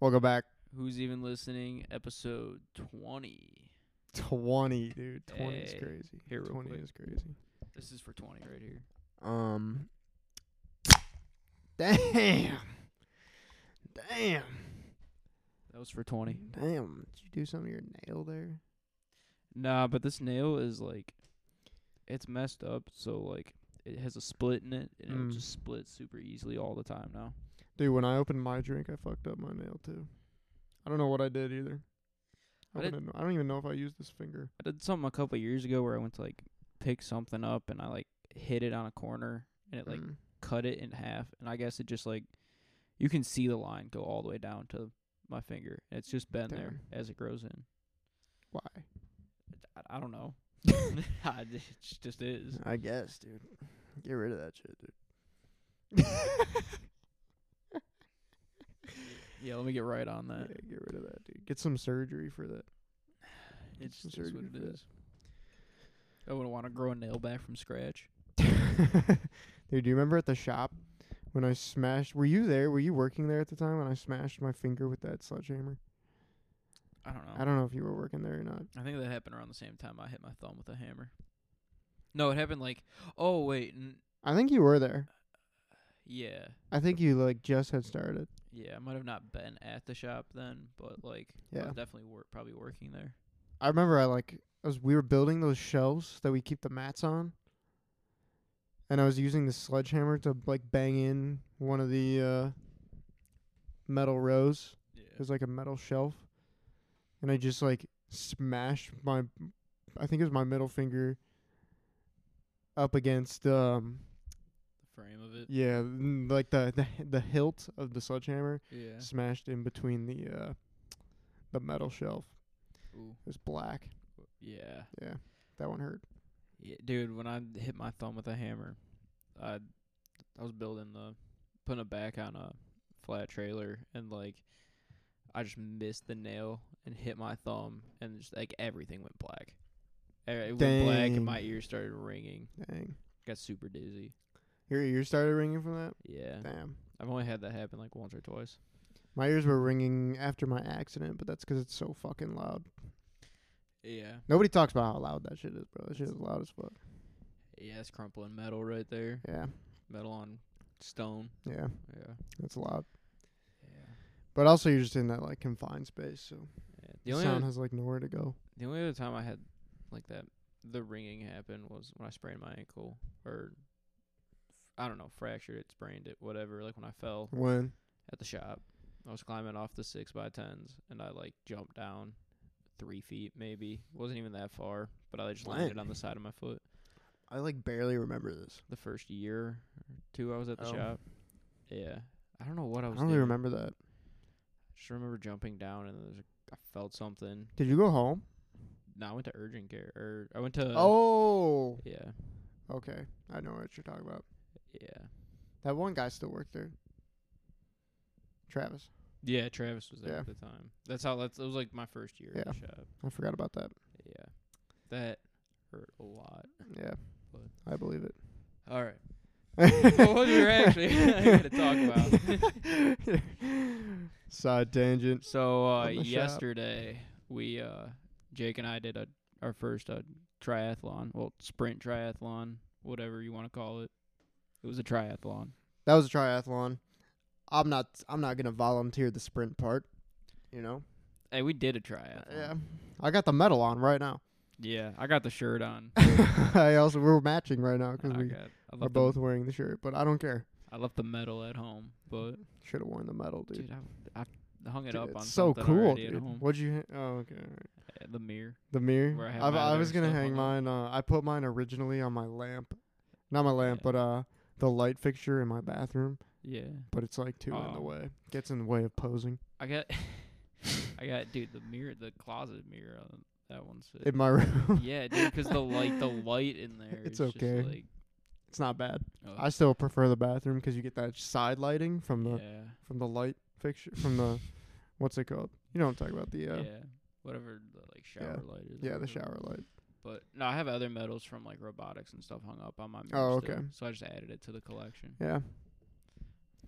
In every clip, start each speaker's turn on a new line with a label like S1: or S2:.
S1: Welcome back.
S2: Who's even listening? Episode twenty.
S1: 20, dude. 20 is
S2: Hey,
S1: crazy.
S2: here real
S1: 20
S2: quick.
S1: is crazy.
S2: This is for twenty right here.
S1: Um. Damn. Damn.
S2: That was for twenty.
S1: Damn. Did you do something to your nail there?
S2: Nah, but this nail is like, it's messed up. So like, it has a split in it, and
S1: Mm.
S2: it'll just split super easily all the time now.
S1: Dude, when I opened my drink, I fucked up my nail too. I don't know what I did either. I,
S2: I did-
S1: wouldn't know. I don't even know if I used this finger.
S2: I did something a couple of years ago where I went to like pick something up and I like hit it on a corner and it like
S1: Mm.
S2: cut it in half and I guess it just like you can see the line go all the way down to my finger. and It's just been there as it grows in.
S1: why?
S2: I, I don't know. I d- it just is.
S1: I guess, dude. Get rid of that shit, dude.
S2: Yeah, let me get right on that.
S1: yeah, get rid of that, dude. Get some surgery for that.
S2: It's
S1: some
S2: just is what
S1: surgery
S2: it
S1: for that.
S2: is. I wouldn't want to grow a nail back from scratch.
S1: Dude, do you remember at the shop when I smashed? Were you there? Were you working there at the time when I smashed my finger with that sledgehammer?
S2: I don't know.
S1: I don't know if you were working there or not.
S2: I think that happened around the same time I hit my thumb with a hammer. No, it happened like oh wait, n-
S1: I think you were there.
S2: yeah.
S1: I think you like just had started.
S2: Yeah, I might have not been at the shop then, but like I
S1: Yeah.
S2: was definitely wor- probably working there.
S1: I remember I like I was we were building those shelves that we keep the mats on, and I was using the sledgehammer to like bang in one of the uh, metal rows. It
S2: Yeah.
S1: was like a metal shelf, and I just like smashed my, I think it was my middle finger. Up against um
S2: The frame of it.
S1: yeah n- like the the the hilt of the sledgehammer
S2: Yeah.
S1: smashed in between the uh the metal shelf.
S2: Ooh.
S1: It was black.
S2: Yeah.
S1: Yeah, that one hurt.
S2: Yeah, dude, when I hit my thumb with a hammer, I I was building the putting it back on a flat trailer and like I just missed the nail and hit my thumb and just like everything went black. Eh, It went black
S1: Dang.
S2: and my ears started ringing.
S1: Dang.
S2: Got super dizzy.
S1: Your ears started ringing from that.
S2: Yeah.
S1: Damn.
S2: I've only had that happen like once or twice.
S1: My ears were ringing after my accident, but that's 'cause it's so fucking loud.
S2: Yeah.
S1: Nobody talks about how loud that shit is, bro. That shit is loud as fuck.
S2: Yeah, it's crumpling metal right there.
S1: Yeah,
S2: Metal on stone.
S1: yeah,
S2: Yeah.
S1: it's loud.
S2: Yeah.
S1: But also, you're just in that like confined space, so
S2: The
S1: the
S2: only
S1: sound
S2: other-
S1: has like nowhere to go.
S2: The only other time I had like that, the ringing happened was when I sprained my ankle or I don't know, fractured it, sprained it, whatever. Like when I fell
S1: When
S2: at the shop, I was climbing off the six by tens and I like jumped down three feet maybe. wasn't even that far, but I just
S1: What?
S2: landed on the side of my foot.
S1: I like barely remember this.
S2: The first year or two I was at the
S1: Oh.
S2: shop, yeah, I don't know what I
S1: I
S2: was.
S1: don't really
S2: doing.
S1: remember that.
S2: Just remember jumping down and there's a, I felt something.
S1: Did you go home?
S2: No, I went to urgent care or I went to
S1: oh,
S2: yeah
S1: okay. I know what you're talking about.
S2: yeah.
S1: That one guy still worked there. Travis,
S2: Yeah, Travis was there
S1: Yeah.
S2: at the time. That's how that's that was like my first year at the shop.
S1: I forgot about that.
S2: Yeah. That hurt a lot.
S1: Yeah,
S2: But-
S1: I believe it.
S2: All right. what was your actually going to talk about?
S1: Side tangent.
S2: So uh
S1: From the shop.
S2: yesterday we uh Jake and I did a our first uh, triathlon, well sprint triathlon, whatever you want to call it. It was a triathlon.
S1: That was a triathlon. I'm not. I'm not gonna volunteer the sprint part. You know.
S2: Hey, we did a triathlon.
S1: Yeah. I got the medal on right now.
S2: Yeah, I got the shirt on.
S1: I also we're matching right now
S2: I
S1: because
S2: got
S1: we
S2: I
S1: are
S2: left
S1: both
S2: the,
S1: wearing the shirt, but I don't care.
S2: I left the medal at home, but
S1: Should have worn the medal, dude.
S2: dude, I, I hung it
S1: Dude,
S2: up on
S1: it's so
S2: something
S1: cool,
S2: already at
S1: dude.
S2: home.
S1: What'd you? Ha- oh, okay. all right.
S2: Yeah, The mirror.
S1: The mirror.
S2: Where I have
S1: I've-
S2: my
S1: I
S2: other
S1: was gonna
S2: stuff
S1: hang
S2: on
S1: mine. Uh, I put mine originally on my lamp, not my lamp,
S2: Yeah.
S1: but uh, the light fixture in my bathroom.
S2: Yeah.
S1: But it's like too in the
S2: Oh.
S1: way. Gets in the way of posing.
S2: I got, I got, dude, the mirror, the closet mirror on that one's sick.
S1: In my room,
S2: yeah, dude, 'cause the light, the light in there.
S1: It's
S2: is just,
S1: okay.
S2: like,
S1: it's not bad.
S2: oh,
S1: I still prefer the bathroom 'cause you get that side lighting from the
S2: yeah,
S1: from the light fixture from the what's it called? You know what I'm talking about? The
S2: yeah,
S1: uh,
S2: whatever the like shower light is. or
S1: yeah the
S2: whatever.
S1: shower light.
S2: But no, I have other medals from like robotics and stuff hung up on my mirror.
S1: Oh,
S2: still,
S1: okay.
S2: so I just added it to the collection.
S1: Yeah.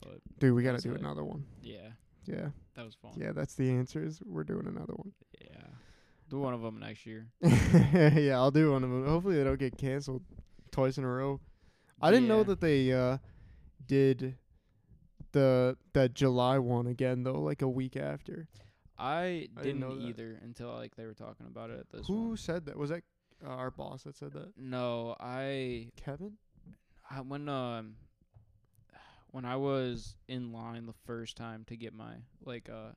S2: But
S1: Dude, we gotta
S2: That's
S1: do
S2: it.
S1: another one.
S2: yeah,
S1: Yeah.
S2: That was fun.
S1: Yeah, that's the answer. Is we're doing another one.
S2: Yeah. Do one of them next year.
S1: yeah, I'll do one of them. Hopefully, they don't get canceled twice in a row. I didn't know
S2: Yeah.
S1: that they uh, did the that July one again though, like a week after.
S2: I didn't,
S1: didn't know that.
S2: either until like they were talking about it at this
S1: Who
S2: one.
S1: said that? Was that uh, our boss that said that?
S2: No, I
S1: Kevin?
S2: I, when um when I was in line the first time to get my like uh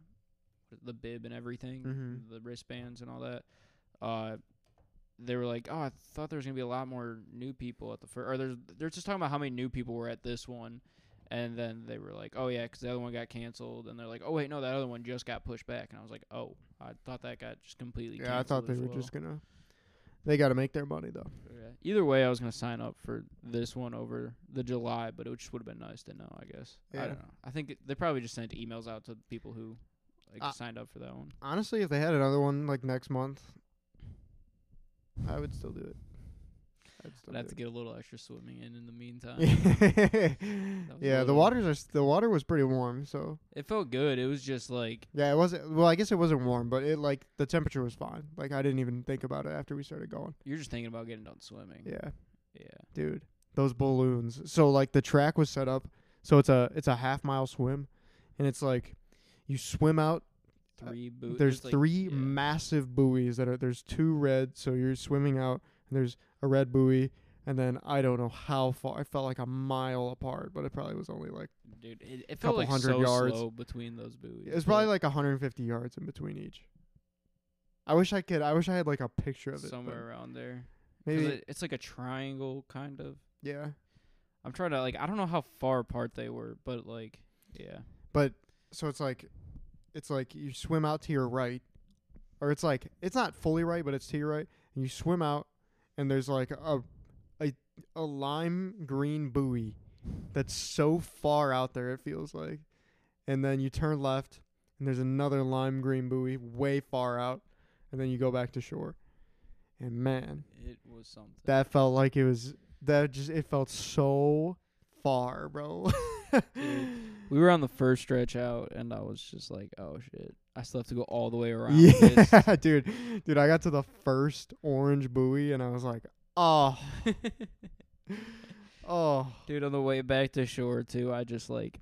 S2: the bib and everything,
S1: Mhm.
S2: the wristbands and all that, uh they were like, "Oh, I thought there was gonna be a lot more new people at the first, or there's they're just talking about how many new people were at this one." And then they were like, "Oh yeah, 'cause the other one got canceled." And they're like, "Oh wait, no, that other one just got pushed back." And I was like, "Oh, I thought that got just completely
S1: Yeah, I thought
S2: canceled
S1: they
S2: as
S1: were
S2: well."
S1: just gonna. They got to make their money though.
S2: Yeah. Either way, I was gonna sign up for this one over the July, but it just would have been nice to know. I guess.
S1: Yeah.
S2: I don't know. I think it, they probably just sent emails out to people who like
S1: Uh,
S2: signed up for that one.
S1: Honestly, if they had another one like next month, I would still do it. I'd still
S2: I'd have to
S1: do
S2: get a little extra swimming in in the meantime.
S1: it.
S2: was
S1: yeah, the
S2: really-
S1: waters are s the water was pretty warm, so
S2: It felt good. It was just like
S1: Yeah, it wasn't. Well, I guess it wasn't warm, but it like the temperature was fine. Like I didn't even think about it after we started going.
S2: you're just thinking about getting done swimming.
S1: Yeah,
S2: Yeah.
S1: dude, those balloons. So like the track was set up, so it's a it's a half mile swim, and it's like you swim out. Uh,
S2: Three boots.
S1: there's three
S2: yeah.
S1: massive buoys that are there's two red, so you're swimming out, and there's a red buoy, and then I don't know how far. It felt like a mile apart, but it probably was only like
S2: Dude, it, it felt
S1: couple
S2: like
S1: hundred
S2: so
S1: yards.
S2: slow between those buoys.
S1: it was probably
S2: but
S1: like 150 yards in between each. I wish I could. I wish I had like a picture of it. but
S2: somewhere around there. 'Cause
S1: Maybe
S2: it- it's like a triangle kind of.
S1: yeah.
S2: I'm trying to like I don't know how far apart they were, but like yeah.
S1: But so it's like it's like you swim out to your right or it's like it's not fully right, but it's to your right and you swim out and there's like a a a lime green buoy that's so far out there it feels like. And then you turn left and there's another lime green buoy way far out and then you go back to shore. And man,
S2: It was something.
S1: that felt like it was that just it felt so far, bro.
S2: we were on the first stretch out, and I was just like, "Oh shit!" I still have to go all the way around. this.
S1: Yeah, dude, dude, I got to the first orange buoy and I was like, oh, oh,
S2: dude. On the way back to shore too, I just like,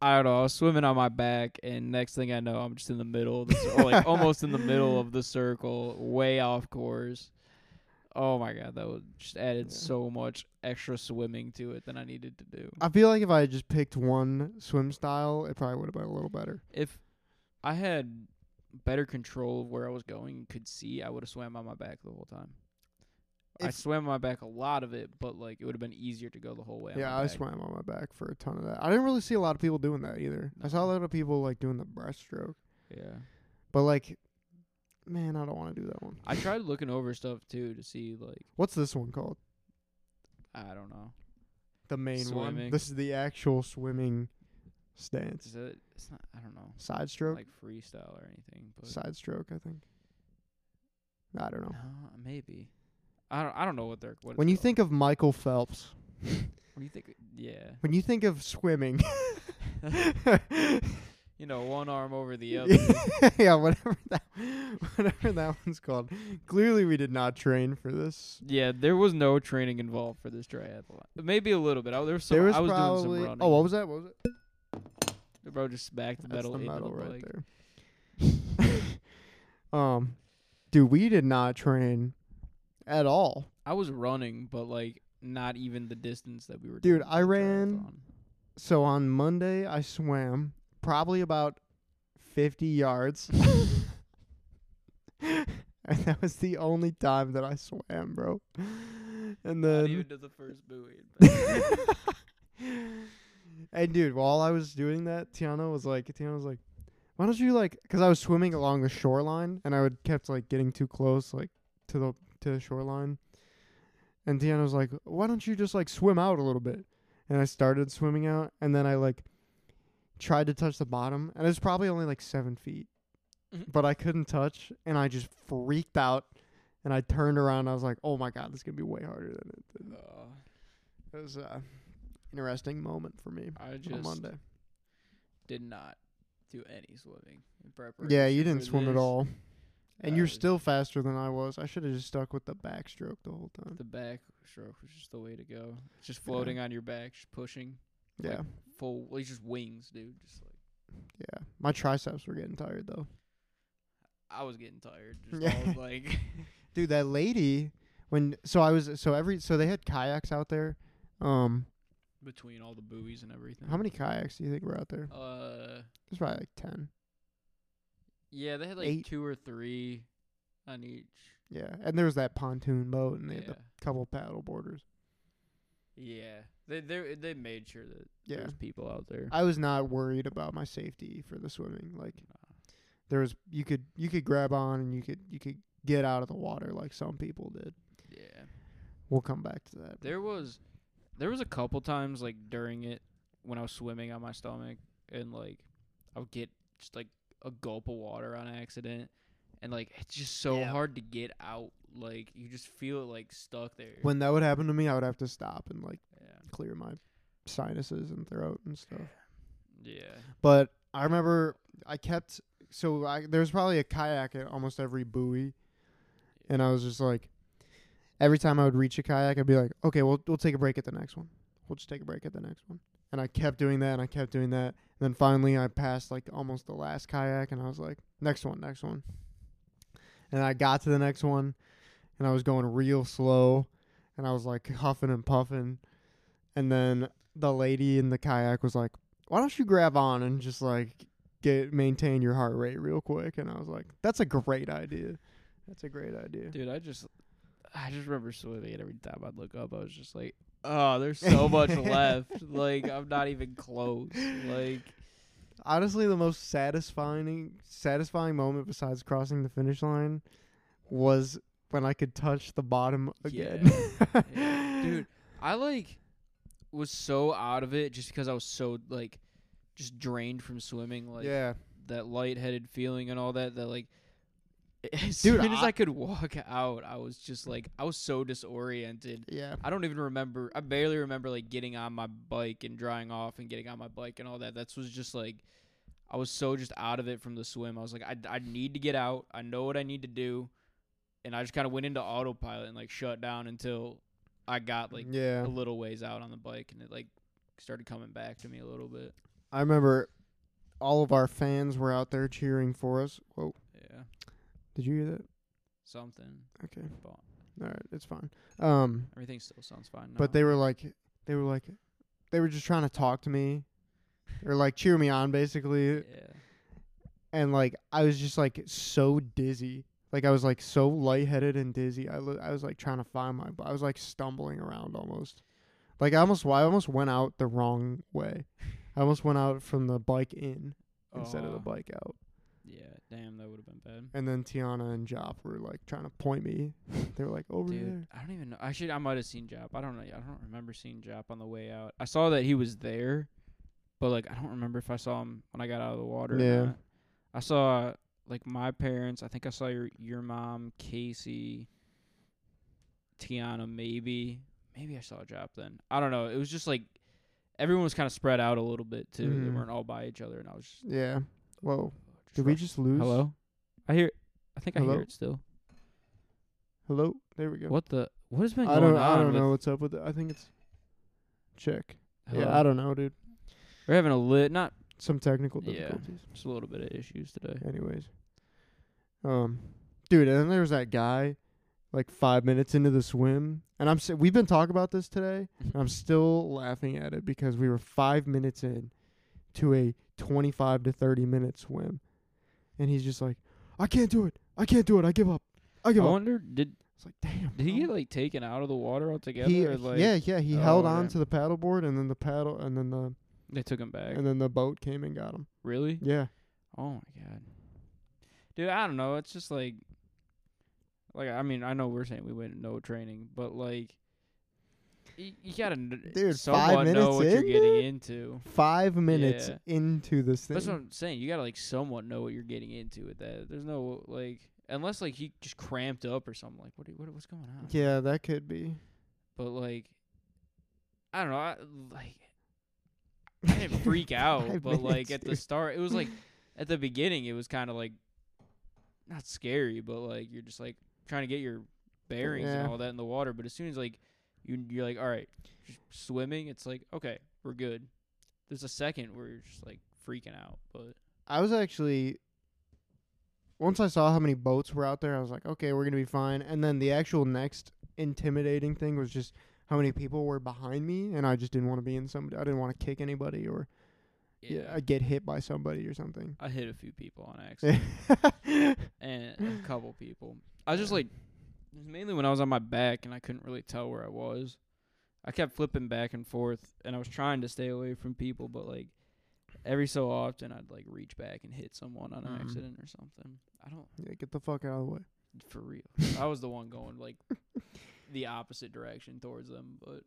S2: I don't know. I was swimming on my back, and next thing I know, I'm just in the middle, of the, cir- or like almost in the middle of the circle, way off course. Oh my god, that would just added
S1: Yeah.
S2: so much extra swimming to it than I needed to do.
S1: I feel like if I had just picked one swim style, it probably would have been a little better.
S2: if I had better control of where I was going and could see, I would have swam on my back the whole time. I
S1: If-
S2: swam on my back a lot of it, but like it would have been easier to go the whole way. on
S1: Yeah,
S2: my
S1: I
S2: back.
S1: swam on my back for a ton of that. I didn't really see a lot of people doing that either. I saw a
S2: No.
S1: lot of people like doing the breaststroke,
S2: Yeah,
S1: but like, man, I don't want to do that one.
S2: I tried looking over stuff too to see like
S1: What's this one called?
S2: I don't know.
S1: The main one.
S2: Swimming.
S1: This is the actual swimming stance.
S2: Is it? It's not. I don't know. It's
S1: Side
S2: not
S1: stroke,
S2: like freestyle or anything. But
S1: side stroke, I think. I don't know.
S2: No, maybe. I don't. I don't know what they're. What it's
S1: When you
S2: called.
S1: think of Michael Phelps,
S2: When you think. Yeah.
S1: when you think of swimming,
S2: You know, one arm over the other.
S1: yeah, whatever that, whatever that one's called. Clearly, we did not train for this.
S2: Yeah, there was no training involved for this triathlon. Maybe a little bit. I, there was some.
S1: there was
S2: I was
S1: probably
S2: doing some running.
S1: oh, what was that? What was it?
S2: the bro just back the
S1: That's
S2: metal.
S1: the
S2: into
S1: medal
S2: the
S1: right
S2: leg.
S1: there. um, dude, we did not train at all.
S2: I was running, but like not even the distance that we were.
S1: Dude,
S2: doing for
S1: I
S2: the
S1: ran-
S2: triathlon.
S1: So on Monday, I swam probably about fifty yards. And that was the only time that I swam, bro. And then
S2: Not even to the first buoy.
S1: and dude, while I was doing that, Tiana was like, Tiana was like, why don't you like, because I was swimming along the shoreline and I would kept like getting too close, like to the to the shoreline. And Tiana was like, why don't you just like swim out a little bit? And I started swimming out, and then I like tried to touch the bottom, and it was probably only like seven feet,
S2: Mhm.
S1: but I couldn't touch, and I just freaked out. And I turned around. And I was like, "Oh my god, this is gonna be way harder than it." Than
S2: Uh,
S1: it was a interesting moment for me
S2: I
S1: on
S2: just
S1: Monday.
S2: did not do any swimming in preparation.
S1: Yeah, you didn't
S2: for
S1: swim at
S2: this.
S1: all. And you're
S2: Uh,
S1: still faster than I was. I should have just stuck with the backstroke the whole time.
S2: The back stroke was just the way to go. Just floating on your back, just pushing like-
S1: yeah.
S2: full, like just wings, dude. Just like
S1: Yeah. My triceps were getting tired though.
S2: I was getting tired. Just
S1: Yeah.
S2: all, like
S1: Dude, that lady when so I was so every so they had kayaks out there. Um
S2: between all the buoys and everything.
S1: how many kayaks do you think were out there?
S2: Uh,
S1: There's probably like 10.
S2: yeah, they had like
S1: Eight.
S2: two or three on each.
S1: Yeah. And there was that pontoon boat and they
S2: Yeah,
S1: had a couple paddle boarders.
S2: yeah. They they they made sure that
S1: Yeah.
S2: there's people out there.
S1: I was not worried about my safety for the swimming. Like there was you could you could grab on and you could you could get out of the water like some people did.
S2: yeah.
S1: We'll come back to that.
S2: There was there was a couple times like during it when I was swimming on my stomach and like I would get just like a gulp of water on accident and like it's just so
S1: Yeah.
S2: hard to get out. Like you just feel it like stuck there.
S1: When that would happen to me, I would have to stop and like
S2: yeah.
S1: clear my sinuses and throat and stuff.
S2: Yeah.
S1: But I remember I kept so I, there was probably a kayak at almost every buoy, and I was just like, every time I would reach a kayak, I'd be like, okay, we'll we'll take a break at the next one. We'll just take a break at the next one. And I kept doing that, and I kept doing that. And then finally, I passed like almost the last kayak, and I was like, next one, next one. And I got to the next one, and I was going real slow, and I was like huffing and puffing. And then the lady in the kayak was like, why don't you grab on and just like get maintain your heart rate real quick and i was like that's a great idea that's a great idea
S2: Dude, I just I just remember swimming and every time I'd look up I was just like, Oh, there's so much left. Like I'm not even close. Like
S1: honestly the most satisfying satisfying moment besides crossing the finish line was when i could touch the bottom again
S2: Yeah. Yeah. Dude, I like was so out of it just because I was so like just drained from swimming, like
S1: yeah
S2: that lightheaded feeling and all that. That like, as
S1: Dude,
S2: soon as
S1: I-
S2: I could walk out, I was just like, I was so disoriented.
S1: yeah
S2: I don't even remember. I barely remember like getting on my bike and drying off and getting on my bike and all that. That was just like, I was so just out of it from the swim. I was like, I, I need to get out. I know what I need to do, and I just kind of went into autopilot and like shut down until I got like
S1: yeah
S2: a little ways out on the bike and it like started coming back to me a little bit.
S1: i remember all of our fans were out there cheering for us whoa
S2: Yeah,
S1: did you hear that
S2: something.
S1: okay
S2: But
S1: all right it's fine um
S2: everything still sounds fine.
S1: But
S2: now.
S1: they were like, they were like, they were just trying to talk to me, or like cheer me on, basically.
S2: yeah,
S1: And like, I was just like so dizzy, like I was like so lightheaded and dizzy. I li- I was like trying to find my, I was like stumbling around almost. Like I almost, I almost went out the wrong way. I almost went out from the bike in instead of the
S2: Oh,
S1: bike out.
S2: Yeah, damn, that would have been bad.
S1: And then Tiana and Jop were like trying to point me. they were like over
S2: Dude,
S1: there.
S2: I don't even know. Actually, I might have seen Jop. I don't know. I don't remember seeing Jop on the way out. I saw that he was there, but like I don't remember if I saw him when I got out of the water.
S1: Yeah.
S2: Or not. I saw like my parents. I think I saw your your mom, Casey, Tiana. Maybe maybe I saw Jop then. I don't know. It was just like everyone was kind of spread out a little bit too. They
S1: Mhm.
S2: weren't all by each other, and I was just.
S1: Yeah. Whoa.
S2: just
S1: Did we
S2: rush-
S1: just lose?
S2: Hello. I hear. I think I
S1: Hello?
S2: hear it still.
S1: Hello. There we go.
S2: What the? What has been
S1: I
S2: going
S1: don't.
S2: on?
S1: I don't
S2: with-
S1: know what's up with it. I think it's check.
S2: Hello?
S1: Yeah, I don't know, dude.
S2: We're having a lit, not
S1: Some technical
S2: Yeah.
S1: difficulties.
S2: just a little bit of issues today.
S1: Anyways, um, dude, and then there was that guy, like five minutes into the swim, and I'm. s we've been talking about this today. and I'm still laughing at it because we were five minutes in to a 25 to 30 minute swim, and he's just like, "I can't do it. I can't do it. I give up. I
S2: I
S1: give up."
S2: wonder did
S1: It's like, damn.
S2: did he
S1: bro.
S2: get like taken out of the water altogether?
S1: He-
S2: or, like,
S1: yeah, yeah, he
S2: Oh,
S1: held
S2: okay.
S1: on to the paddleboard, and then the paddle, and then the
S2: they took him back.
S1: And then the boat came and got him.
S2: Really?
S1: Yeah.
S2: Oh my god, dude! I don't know. It's just like, like I mean, I know we're saying we went no training, but like, you, you gotta kn-
S1: Dude, five
S2: somewhat know
S1: minutes
S2: what you're
S1: in,
S2: getting
S1: dude?
S2: into.
S1: Five minutes
S2: Yeah.
S1: into this thing.
S2: That's what I'm saying. You gotta like somewhat know what you're getting into with that. There's no like, unless like he just cramped up or something. Like, what, do- what what's going on?
S1: yeah, that could be.
S2: but like I don't know, I, like I didn't freak out,
S1: Five
S2: but like
S1: minutes,
S2: at the
S1: dude.
S2: start it was like at the beginning it was kind of like not scary, but like you're just like trying to get your bearings
S1: Yeah.
S2: and all that in the water. But as soon as like you you're like, all right, just swimming, it's like okay, we're good. There's a second where you're just like freaking out, but
S1: I was actually once I saw how many boats were out there, I was like, okay, we're gonna be fine. And then the actual next intimidating thing was just how many people were behind me, and I just didn't want to be in somebody. I didn't want to kick anybody or yeah,
S2: yeah,
S1: I'd get hit by somebody or something.
S2: I hit a few people on accident. and a couple people. I was just
S1: Yeah.
S2: like, it was mainly when I was on my back and I couldn't really tell where I was. I kept flipping back and forth, and I was trying to stay away from people, but like every so often I'd like reach back and hit someone on
S1: Mhm.
S2: accident or something. I don't,
S1: yeah, get the fuck out of the way.
S2: for real. I was the one going like the opposite direction towards them, but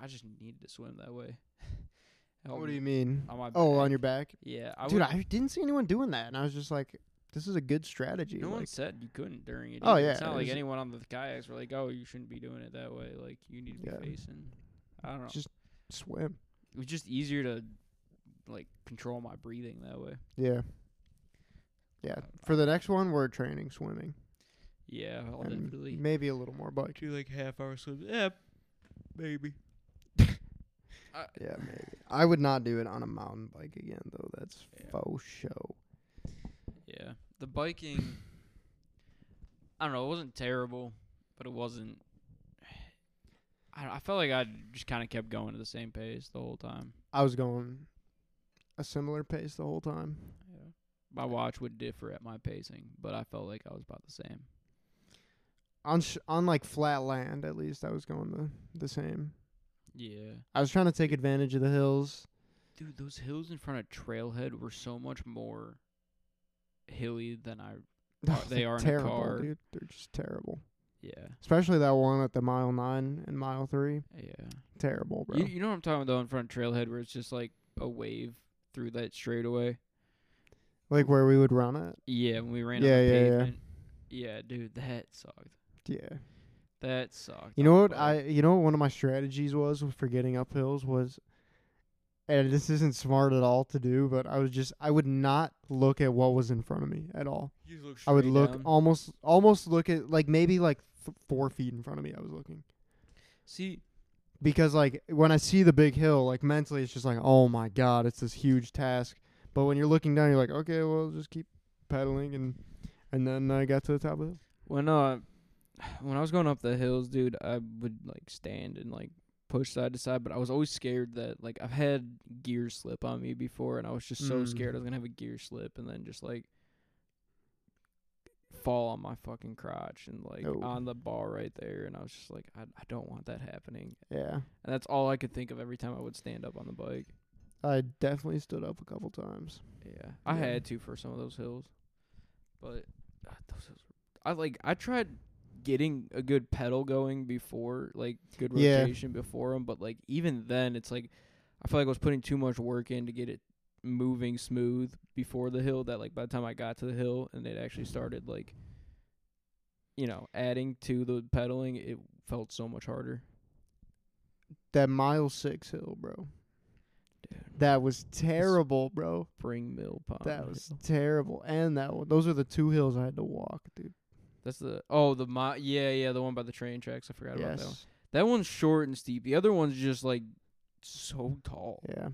S2: I just needed to swim that way. Help
S1: what do
S2: me
S1: you mean?
S2: On my
S1: Oh,
S2: back.
S1: on your back,
S2: Yeah, I
S1: dude.
S2: would,
S1: I didn't see anyone doing that, and I was just like, this is a good strategy.
S2: No one
S1: like-
S2: said you couldn't during it.
S1: Oh,
S2: either.
S1: yeah,
S2: it's not
S1: it
S2: like
S1: was-
S2: anyone on the kayaks were like, "Oh, you shouldn't be doing it that way." Like you need to be
S1: Yeah.
S2: facing. I don't know.
S1: Just- swim.
S2: it was just easier to like control my breathing that way.
S1: Yeah. Yeah. For the next one, we're training swimming.
S2: Yeah, I'll
S1: and
S2: definitely
S1: Maybe a little more bike.
S2: do like half hour swims. Yeah, maybe.
S1: Yeah, maybe. I would not do it on a mountain bike again, though. That's
S2: Yeah.
S1: faux show.
S2: Yeah, the biking. I don't know. It wasn't terrible, but it wasn't. I, don't- I felt like I just kind of kept going at the same pace the whole time.
S1: I was going a similar pace the whole time.
S2: Yeah. My watch would differ at my pacing, but I felt like I was about the same.
S1: On sh- on like flat land, at least I was going the the same.
S2: Yeah.
S1: I was trying to take advantage of the hills.
S2: Dude, those hills in front of Trailhead were so much more hilly than I. Are- they
S1: They're
S2: are in a
S1: terrible,
S2: car.
S1: dude. They're just terrible.
S2: Yeah.
S1: Especially that one at the mile nine and mile three.
S2: Yeah.
S1: Terrible, bro.
S2: You, you know what I'm talking about, though, in front of Trailhead, where it's just like a wave through that straightaway?
S1: like where we would run it.
S2: Yeah, when we ran
S1: Yeah,
S2: on the
S1: yeah, yeah.
S2: pavement. Yeah. dude, that sucked.
S1: Yeah.
S2: That sucked.
S1: You
S2: on
S1: know
S2: the
S1: what
S2: bike.
S1: I? You know what one of my strategies was for getting up hills was, and this isn't smart at all to do, but I was just I would not look at what was in front of me at all. I would
S2: Straight
S1: look
S2: down.
S1: almost almost look at like maybe like th- four feet in front of me. I was looking
S2: See,
S1: because like when I see the big hill, like mentally it's just like oh my god, it's this huge task. But when you're looking down, you're like okay, well just keep pedaling and and then I got to the top of the hill.
S2: When uh when I was going up the hills, dude, I would like stand and like push side to side, but I was always scared that like I've had gear slip on me before and I was just so
S1: Mm.
S2: scared I was gonna have a gear slip and then just like fall on my fucking crotch and like
S1: Oh.
S2: on the bar right there and I was just like I I don't want that happening.
S1: Yeah,
S2: And that's all I could think of every time I would stand up on the bike.
S1: I definitely stood up a couple times.
S2: Yeah, I
S1: Yeah.
S2: had to for some of those hills, but God, those hills were, I like I tried getting a good pedal going before like good
S1: Yeah.
S2: rotation before 'em, but like even then it's like I feel like I was putting too much work in to get it moving smooth before the hill. That like by the time I got to the hill and it actually started like you know adding to the pedaling, it felt so much harder.
S1: That mile six hill, bro.
S2: Dude,
S1: That was terrible, bro.
S2: spring mill pond.
S1: That was
S2: hill.
S1: terrible. And that one. Those are the two hills I had to walk, dude.
S2: that's the oh the mo- yeah yeah the one by the train tracks. I forgot about that one.
S1: Yes.
S2: That one's short and steep. The other one's just like so tall.
S1: Yeah.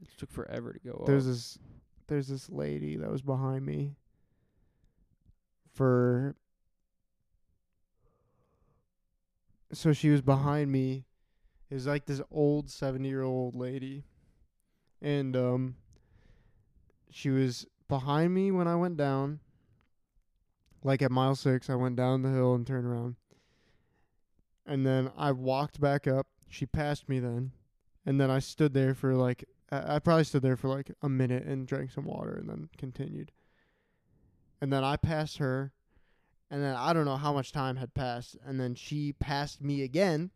S2: It took forever to go
S1: There's
S2: up.
S1: this there's this lady that was behind me for So she was behind me. It was like this old 70-year-old lady. And um she was behind me when I went down. Like at mile 6, I went down the hill and turned around. And then I walked back up. She passed me then. And then I stood there for like I I probably stood there for like a minute and drank some water and then continued. And then I passed her, and then I don't know how much time had passed, and then she passed me again,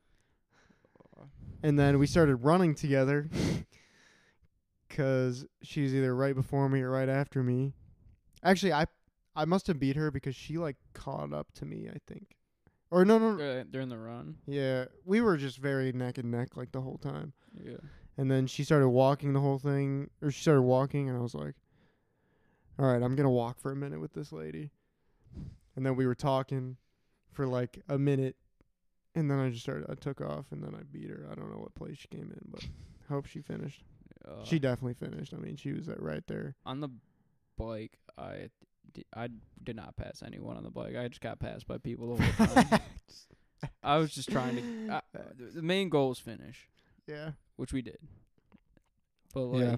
S1: and then we started running together because she was either right before me or right after me. Actually, I I must have beat her because she like caught up to me, I think. Or no, no, no.
S2: Uh, during the run.
S1: Yeah, we were just very neck and neck like the whole time.
S2: Yeah.
S1: And then she started walking the whole thing, or she started walking, and I was like, all right, I'm going to walk for a minute with this lady. And then we were talking for like a minute. And then I just started, I took off and then I beat her. I don't know what place she came in, but hope she finished.
S2: Uh,
S1: she definitely finished. I mean, she was at right there.
S2: on the bike. I di- I did not pass anyone on the bike. I just got passed by people the whole time. I was just trying to. I, th- the main goal was finish,
S1: Yeah.
S2: which we did. But like,
S1: Yeah.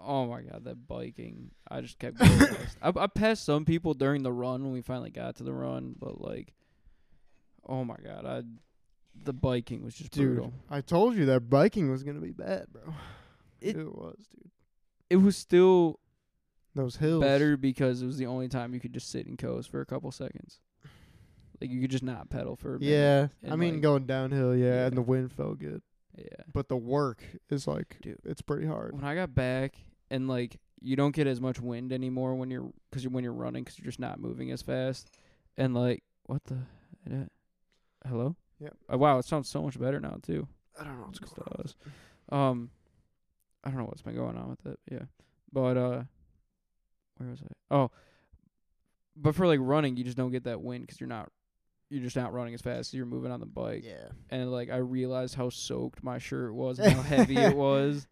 S2: oh my god, that biking! I just kept. Going past. I, I passed some people during the run when we finally got to the run, but like, oh my god, I the biking was just
S1: Dude,
S2: brutal.
S1: I told you that biking was going to be bad, bro.
S2: It-
S1: It, was, dude.
S2: It was still
S1: Those hills.
S2: better because it was the only time you could just sit and coast for a couple seconds. Like you could just not pedal for a minute.
S1: Yeah. I
S2: and,
S1: mean,
S2: like-
S1: going downhill, yeah,
S2: Yeah.
S1: and the wind felt good.
S2: Yeah.
S1: But the work is like,
S2: Dude.
S1: it's pretty hard.
S2: When I got back and like you don't get as much wind anymore when you're cuz you're when you're running cuz you're just not moving as fast and like what the uh, hello?
S1: Yep.
S2: Uh, wow, it sounds so much better now too.
S1: I don't know what's
S2: Just us. Um I don't know what's been going on with it. Yeah. But uh where was I? Oh. But for like running, you just don't get that wind cuz you're not you're just not running as fast as you're moving on the bike.
S1: Yeah.
S2: And like I realized how soaked my shirt was and how heavy it was.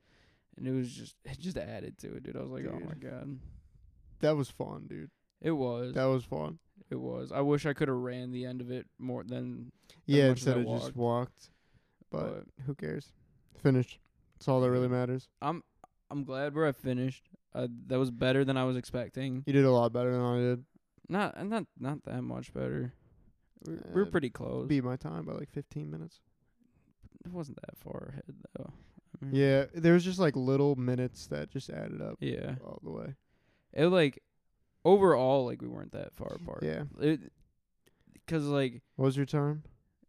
S2: And it was just it just added to it, dude. I was like, "Oh my god."
S1: That was fun, dude.
S2: It was.
S1: That was fun.
S2: it was. I wish I could have ran the end of it more than
S1: Yeah,
S2: much as I
S1: instead of just walked. But
S2: but
S1: who cares? Finished. That's all that really matters.
S2: I'm I'm glad where I finished. Uh, that was better than I was expecting.
S1: You did a lot better than I did.
S2: Not uh, not not that much better. We we're, we were
S1: Uh,
S2: pretty close.
S1: Beat my time by like 15 minutes.
S2: it wasn't that far ahead though. I mean,
S1: Yeah, there was just like little minutes that just added up
S2: Yeah.
S1: all the way.
S2: It like overall like we weren't that far apart.
S1: Yeah.
S2: It cuz like
S1: What was your time?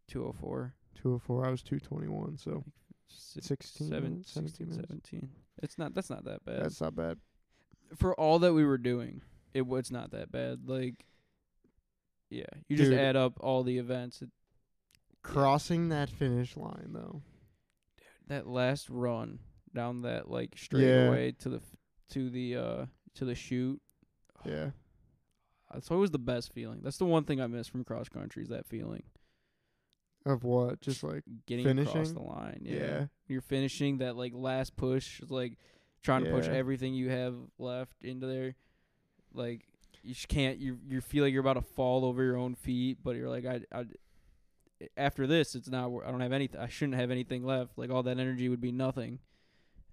S2: 204
S1: 204. I was 221, so
S2: six,
S1: 16
S2: seven,
S1: minutes, 17
S2: 16,
S1: minutes.
S2: 17. It's not that's not that bad.
S1: that's not bad.
S2: For all that we were doing, it was not that bad. Like yeah, you just
S1: Dude.
S2: add up all the events. It,
S1: Crossing that finish line though.
S2: that last run down that like
S1: Yeah.
S2: straightaway to the f- to the uh to the uh, chute
S1: Yeah.
S2: That's always the best feeling. That's the one thing I miss from cross country is that feeling.
S1: Of what? Just like
S2: Getting across
S1: Finishing?
S2: the line. Yeah.
S1: yeah.
S2: You're finishing that like last push, like trying to push
S1: Yeah.
S2: everything you have left into there. Like you just can't you you feel like you're about to fall over your own feet, but you're like I I after this it's not wor- I don't have anything I shouldn't have anything left. Like all that energy would be nothing.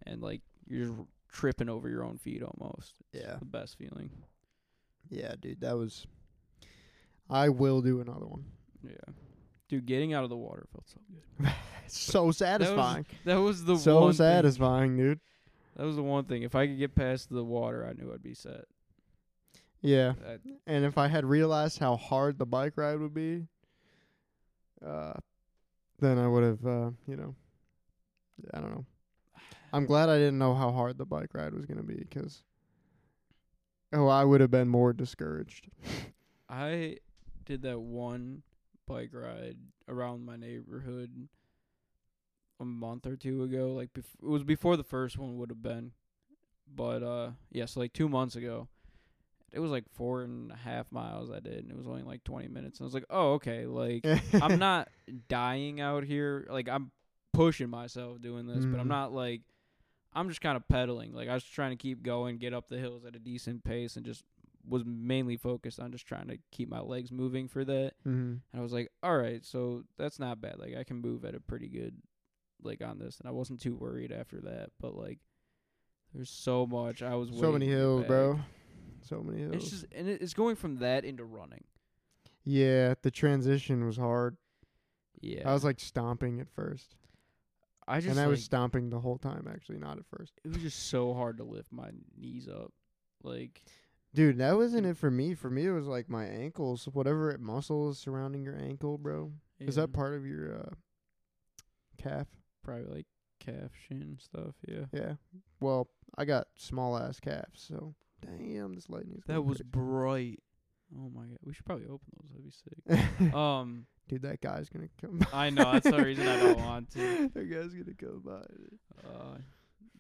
S2: And like you're just tripping over your own feet almost.
S1: Yeah.
S2: The best feeling.
S1: Yeah, dude, that was I will do another one.
S2: Yeah. Dude, getting out of the water felt so good.
S1: so satisfying.
S2: That was the
S1: so
S2: one Thing,
S1: satisfying, dude.
S2: that was the one thing. If I could get past the water, I knew I'd be set.
S1: Yeah.
S2: That-
S1: And if I had realized how hard the bike ride would be, uh, then I would have, uh, you know, I don't know. I'm glad I didn't know how hard the bike ride was going to be because, oh, I would have been more discouraged.
S2: I did that one bike ride around my neighborhood a month or two ago. Like bef- it was before the first one would have been, but uh, yeah, so like two months ago. It was like four and a half miles I did, and it was only like twenty minutes. And I was like, "Oh, okay. Like I'm not dying out here. Like I'm pushing myself doing this, but I'm
S1: Mhm.
S2: not like I'm just kind of pedaling. Like I was trying to keep going, get up the hills at a decent pace, and just was mainly focused on just trying to keep my legs moving for that.
S1: hmm
S2: And I was like, all right, so that's not bad. Like I can move at a pretty good like on this, and I wasn't too worried after that. But like, there's so much I was
S1: So
S2: waiting
S1: many
S2: to get
S1: hills,
S2: back.
S1: bro. So many hills.
S2: It's just and it- it's going from that into running.
S1: yeah, the transition was hard.
S2: Yeah,
S1: I was like stomping at first,
S2: I just
S1: and I was
S2: like,
S1: stomping the whole time. Actually, not at first.
S2: it was just so hard to lift my knees up. Like
S1: Dude, that wasn't it for me. For me, it was like my ankles, whatever it muscle is surrounding your ankle, bro. Is
S2: yeah,
S1: that part of your uh, calf?
S2: probably like calf shin stuff? Yeah,
S1: Yeah. Well, I got small ass calves, so damn, this lightning's.
S2: that
S1: going
S2: was bright. Oh my god, we should probably open those. That'd be sick.
S1: crazy.
S2: Um,
S1: Dude, that guy's gonna come. By.
S2: I know that's the reason I don't want to.
S1: that guy's gonna come by.
S2: Uh,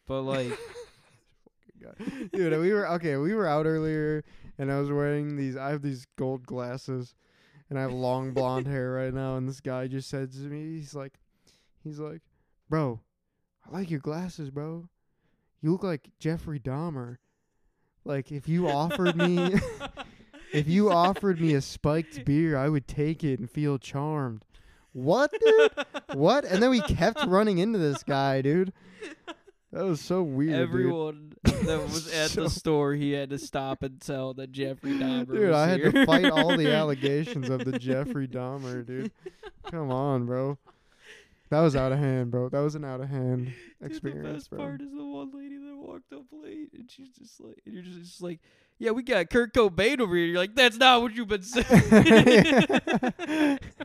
S2: but like
S1: god, dude. We were okay. We were out earlier, and I was wearing these. I have these gold glasses, and I have long blonde hair right now. And this guy just said to me, he's like, he's like, bro, I like your glasses, bro. You look like Jeffrey Dahmer. Like if you offered me, if you offered me a spiked beer, I would take it and feel charmed. What, dude? What? And then we kept running into this guy, dude. That was so weird. dude.
S2: Everyone that was at
S1: So-
S2: the store, he had to stop and tell that Jeffrey Dahmer.
S1: Dude,
S2: was
S1: I had
S2: here.
S1: to fight all the allegations of the Jeffrey Dahmer, dude. Come on, bro. That was out of hand, bro. That was an out of hand
S2: Dude, The
S1: experience,
S2: best
S1: bro.
S2: part is the one lady that walked up late, and she's just like, and you're just, just like, yeah, we got Kurt Cobain over here. You're like, that's not what you've been saying.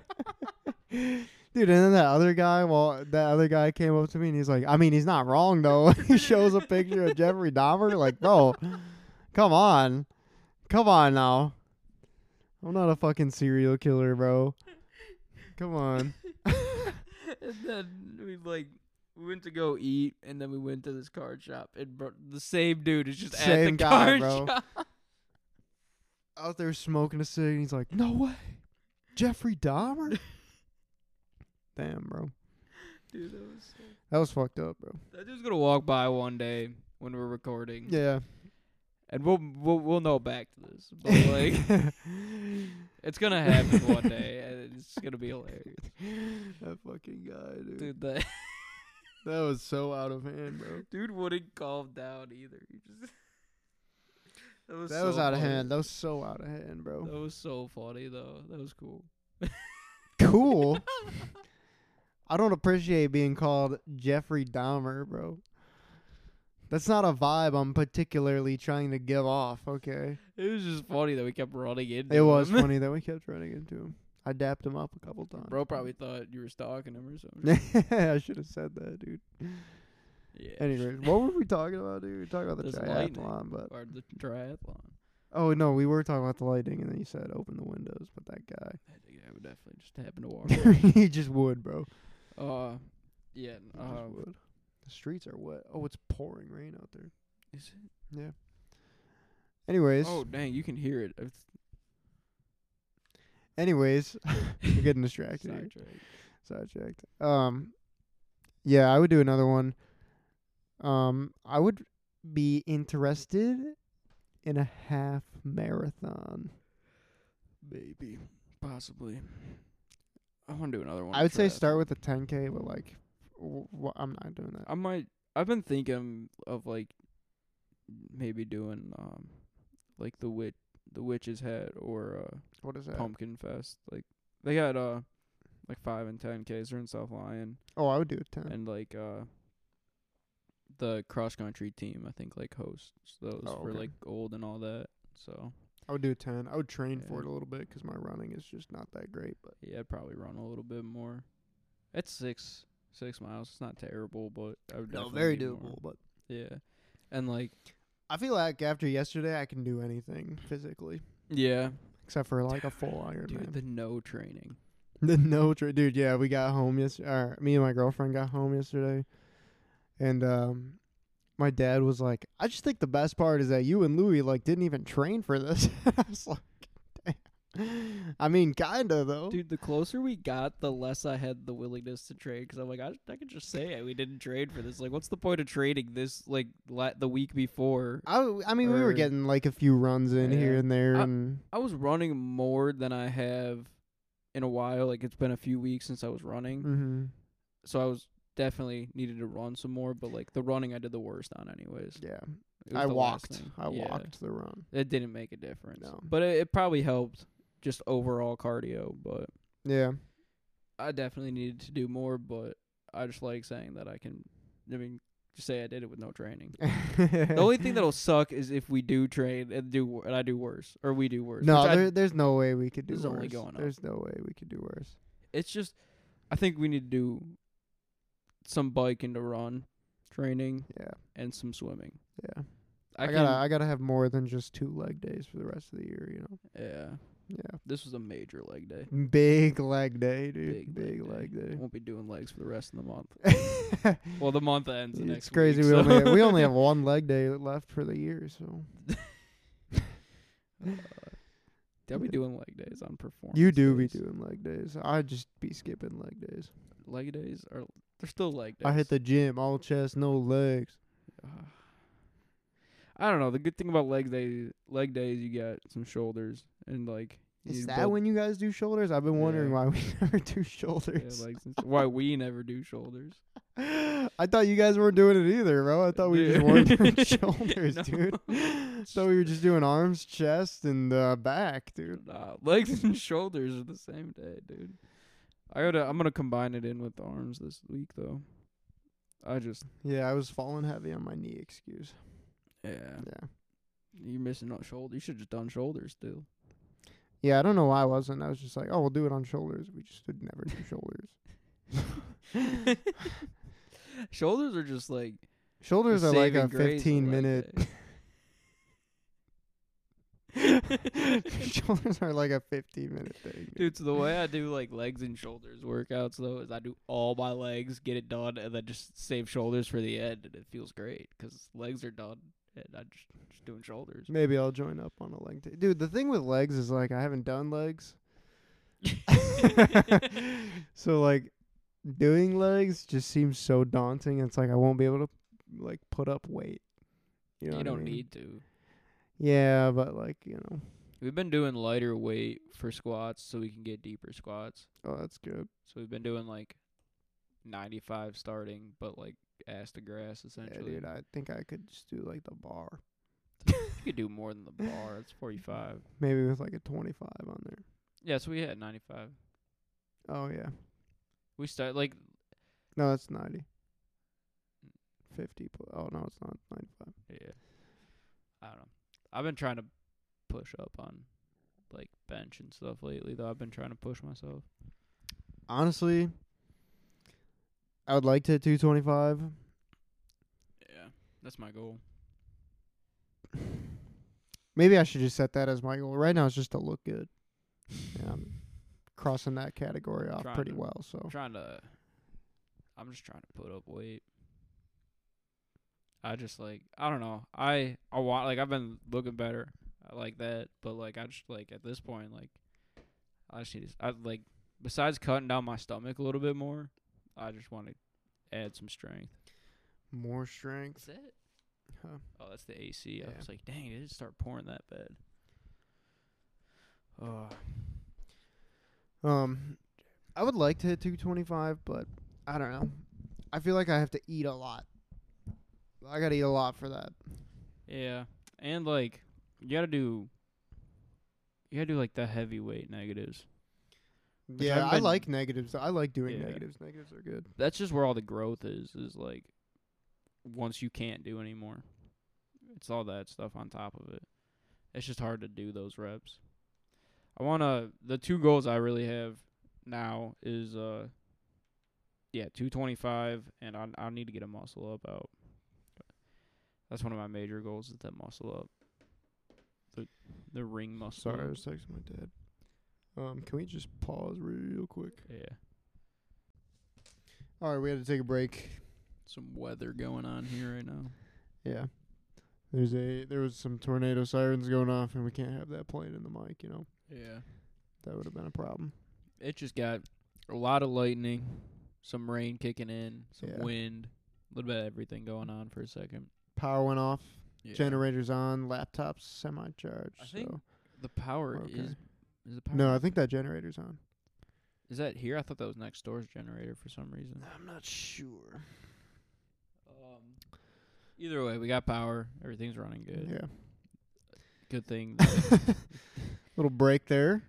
S1: Dude, and then that other guy, well, that other guy came up to me and he's like, I mean, he's not wrong though. he shows a picture of Jeffrey Dahmer, like, bro, come on, come on now. I'm not a fucking serial killer, bro. Come on.
S2: and then we like we went to go eat, and then we went to this card shop, and bro, the same dude is just at
S1: Same
S2: the
S1: guy,
S2: card
S1: bro.
S2: shop.
S1: out there smoking a cig, and he's like, "No way, Jeffrey Dahmer." Damn, bro,
S2: Dude, that was so
S1: that was fucked up, bro.
S2: That dude's gonna walk by one day when we're recording.
S1: Yeah,
S2: And we'll we'll we'll know back to this. But like it's gonna happen one day and it's gonna be hilarious.
S1: that fucking guy, dude.
S2: Dude that
S1: That was so out of hand, bro.
S2: dude wouldn't calm down either. He just That was
S1: That
S2: so
S1: was out of
S2: funny.
S1: hand. That was so out of hand, bro.
S2: That was so funny though. That was cool.
S1: Cool. I don't appreciate being called Jeffrey Dahmer, bro. That's not a vibe I'm particularly trying to give off. Okay.
S2: It was just funny that we kept running into
S1: It was
S2: him.
S1: funny that we kept running into him. I dapped him up a couple times.
S2: Bro probably thought you were stalking him or something.
S1: I should have said that, dude.
S2: yeah.
S1: Anyways, what were we talking about, dude? We were talking about the
S2: This
S1: triathlon,
S2: lightning.
S1: but
S2: Or the triathlon.
S1: oh no, we were talking about the lighting, and then you said open the windows, but that guy,
S2: I think I would definitely just happen to walk.
S1: he just would, bro.
S2: uh yeah,
S1: He just
S2: uh,
S1: would. The streets are wet. Oh, it's pouring rain out there.
S2: is it
S1: Anyways,
S2: Oh dang, you can hear it. It's
S1: anyways, we're getting distracted. here.
S2: sidetracked.
S1: sidetracked. Um, yeah, I would do another one. Um, I would be interested in a half marathon.
S2: Maybe, possibly. I want to do another one.
S1: I would say
S2: triathlon.
S1: start with a 10k, but like, w- w- I'm not doing that.
S2: I might. I've been thinking of like maybe doing um like the witch the witch's hat or uh
S1: What is that?
S2: pumpkin fest. Like they got uh like five and ten k's. They're in South Lyon
S1: Oh, I would do a 10.
S2: and like uh the cross country team I think like hosts those
S1: Oh,
S2: for
S1: okay.
S2: like gold and all that. So
S1: I would do a 10. I would train for it
S2: Yeah.
S1: a little bit 'cause my running is just not that great. But
S2: Yeah, I'd probably run a little bit more. It's six six miles. It's not terrible, but I would definitely do more.
S1: But
S2: Yeah, and like
S1: I feel like after yesterday, I can do anything physically
S2: yeah,
S1: except for like a full
S2: dude,
S1: Ironman.
S2: the no training.
S1: The no tra- dude. Yeah, we got home yesterday. Or me and my girlfriend got home yesterday, and um, my dad was like, "I just think the best part is that you and Louie like didn't even train for this." I was like, "Damn." I mean, kinda though.
S2: Dude, the closer we got, the less I had the willingness to train because I'm like, I, I could just say it. we didn't train for this. Like, what's the point of training this like la- the week before?
S1: I, w- I mean, we were
S2: Or-
S1: getting like a few runs in here
S2: Yeah.
S1: and there,
S2: I-
S1: and
S2: I was running more than I have in a while. Like, it's been a few weeks since I was running,
S1: hmm
S2: so I was definitely needed to run some more. But like the running, I did the worst on, anyways.
S1: yeah,
S2: It was
S1: I
S2: the last
S1: walked.
S2: thing.
S1: I
S2: Yeah.
S1: walked the run.
S2: It didn't make a difference.
S1: No.
S2: But it, it probably helped just overall cardio. But
S1: Yeah,
S2: I definitely needed to do more. But I just like saying that I can, I mean, just say I did it with no training. the only thing that'll suck is if we do train and do wor- and I do worse or we do worse.
S1: no,
S2: which I-
S1: there, there's no way we could do
S2: This
S1: worse.
S2: is only going up.
S1: there's no way we could do worse.
S2: it's just I think we need to do some biking to run training
S1: Yeah,
S2: and some swimming.
S1: yeah.
S2: I,
S1: I
S2: can,
S1: gotta I gotta have more than just two leg days for the rest of the year, you know.
S2: yeah.
S1: Yeah.
S2: This was a major leg day.
S1: Big leg day, dude.
S2: Big leg
S1: Big,
S2: day.
S1: leg day.
S2: Won't be doing legs for the rest of the month. Well, the month ends. the
S1: it's
S2: next
S1: crazy.
S2: Week,
S1: we
S2: so.
S1: only we only have one leg day left for the year, so
S2: I'll be doing leg days on performance.
S1: you do be
S2: days.
S1: doing leg days. I just be skipping leg days.
S2: leg days are they're still leg days.
S1: I hit the gym, all chest, no legs.
S2: Ah. I don't know. The good thing about leg day, leg days, you got some shoulders and like. you
S1: Is
S2: need to
S1: that
S2: build-
S1: when you guys do shoulders? I've been wondering
S2: Yeah.
S1: why we never do
S2: yeah,
S1: shoulders.
S2: legs and- why we never do shoulders?
S1: I thought you guys weren't doing it either, bro. I thought we just weren't doing
S2: Dude.
S1: shoulders,
S2: No.
S1: dude. So we were just doing arms, chest, and uh, back, dude.
S2: Nah, legs and shoulders are the same day, dude. I gotta. I'm gonna combine it in with arms this week though. I just
S1: Yeah, I was falling heavy on my knee excuse.
S2: yeah.
S1: Yeah.
S2: You're missing out shoulder. You should just done shoulders too.
S1: Yeah, I don't know why I wasn't. I was just like, oh, we'll do it on shoulders. We just did never do shoulders.
S2: shoulders are just like the
S1: Shoulders are like
S2: saving
S1: a
S2: grace of
S1: 15
S2: leg
S1: minute.
S2: day.
S1: shoulders are like a 15 minute thing. dude.
S2: Dude, so the way I do like legs and shoulders workouts though is I do all my legs, get it done, and then just save shoulders for the end, and it feels great 'cause legs are done, and I'm just, just doing shoulders.
S1: Maybe I'll join up on a leg day. Dude, the thing with legs is like I haven't done legs. so like doing legs just seems so daunting. It's like I won't be able to like put up weight. You know
S2: you
S1: what I
S2: don't
S1: mean?
S2: need to.
S1: Yeah, but like, you know.
S2: We've been doing lighter weight for squats so we can get deeper squats.
S1: Oh, that's good.
S2: So we've been doing like 95 starting, but like ass to grass
S1: Yeah,
S2: essentially.
S1: dude, I think I could just do like the bar.
S2: you could do more than the bar. It's 45.
S1: Maybe with like a 25 on there.
S2: Yeah, so we had 95.
S1: Oh yeah.
S2: We start like
S1: No, that's 90. 50. pl- Oh no, it's not 95.
S2: Yeah. I don't know. I've been trying to push up on like bench and stuff lately though. I've been trying to push myself.
S1: Honestly, I would like to hit 225.
S2: Yeah. That's my goal.
S1: Maybe I should just set that as my goal. Right now, it's just to look good. And I'm crossing that category off
S2: Trying
S1: pretty
S2: to.
S1: well. So
S2: I'm trying to I'm just trying to put up weight. I just like I don't know. I I want like I've been looking better. I like that, but like I just like at this point like I just need to, I like besides cutting down my stomach a little bit more, I just want to add some strength.
S1: more strength.
S2: That's it.
S1: Huh.
S2: Oh, that's the AC.
S1: Yeah.
S2: I was like, dang, it didn't start pouring that bad. Oh,
S1: Um, I would like to hit 225, but I don't know. I feel like I have to eat a lot. I gotta eat a lot for that.
S2: yeah. And like, you gotta do, you gotta do like the heavyweight negatives. Which
S1: yeah,
S2: I've
S1: I
S2: been-
S1: like negatives. I like doing
S2: Yeah.
S1: negatives. Negatives are good.
S2: That's just where all the growth is. Is like, once you can't do anymore, it's all that stuff on top of it. It's just hard to do those reps. I wanna the two goals I really have now is uh, yeah, two twenty five, and I I need to get a muscle up out. That's one of my major goals is that muscle up. The the ring muscle.
S1: Sorry, I
S2: up.
S1: was texting my dad. Um, can we just pause real quick?
S2: Yeah.
S1: All right, we had to take a break.
S2: Some weather going on here right now.
S1: Yeah. There's a there was some tornado sirens going off, and we can't have that playing in the mic. You know
S2: Yeah.
S1: that would have been a problem.
S2: it just got a lot of lightning, some rain kicking in, some
S1: Yeah.
S2: wind, a little bit of everything going on for a second.
S1: Power went off. Generators on. Laptops semi charged.
S2: I
S1: So
S2: think the power
S1: Okay.
S2: is is the power.
S1: no, I think that generator's on.
S2: is that here. I thought that was next door's generator for some reason.
S1: I'm not sure.
S2: Um, either way, we got power. Everything's running good.
S1: Yeah.
S2: Good thing that,
S1: Little break there.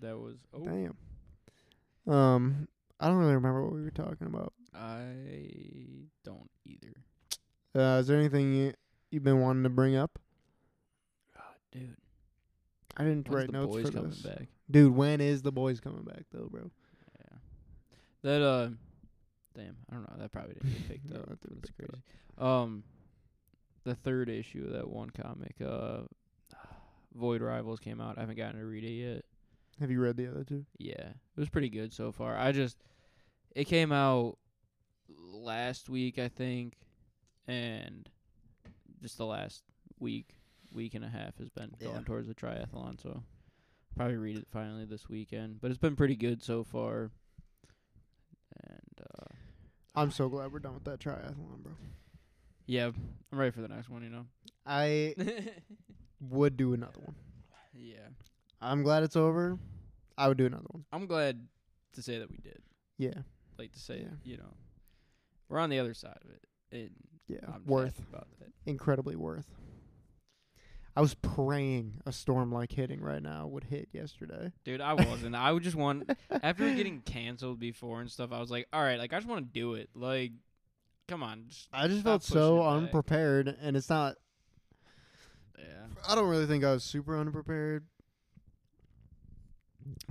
S2: that was. Oh,
S1: Damn. Um, I don't really remember what we were talking about.
S2: I don't either.
S1: Uh, is there anything you, you've been wanting to bring up?
S2: God, dude,
S1: I didn't
S2: when's
S1: write
S2: the
S1: notes
S2: boys
S1: for
S2: coming
S1: this.
S2: back?
S1: Dude, when is the boys coming back though, bro?
S2: Yeah. That uh damn, I don't know, that probably didn't get picked
S1: No,
S2: up.
S1: that didn't
S2: That's
S1: pick up.
S2: crazy. Um the third issue of that one comic, uh Void Rivals came out. I haven't gotten to read it yet.
S1: Have you read the other two?
S2: Yeah, it was pretty good so far. I just it came out last week, I think, and just the last week, week and a half has been
S1: Yeah.
S2: going towards the triathlon. So probably read it finally this weekend, but it's been pretty good so far. And uh,
S1: I'm so glad we're done with that triathlon, bro.
S2: yeah, I'm ready for the next one. You know.
S1: I would do another one.
S2: yeah,
S1: I'm glad it's over. I would do another one.
S2: I'm glad to say that we did.
S1: Yeah.
S2: Like to say,
S1: Yeah.
S2: you know, we're on the other side of it. It
S1: Yeah.
S2: I'm
S1: worth.
S2: happy about that.
S1: Incredibly worth. I was praying a storm like hitting right now would hit yesterday.
S2: Dude, I wasn't. I would just want after getting canceled before and stuff. I was like, all right, like I just want to do it. Like, come on, just,
S1: I just
S2: Stop
S1: felt
S2: pushing it
S1: so
S2: back.
S1: unprepared, and it's not.
S2: yeah,
S1: I don't really think I was super unprepared,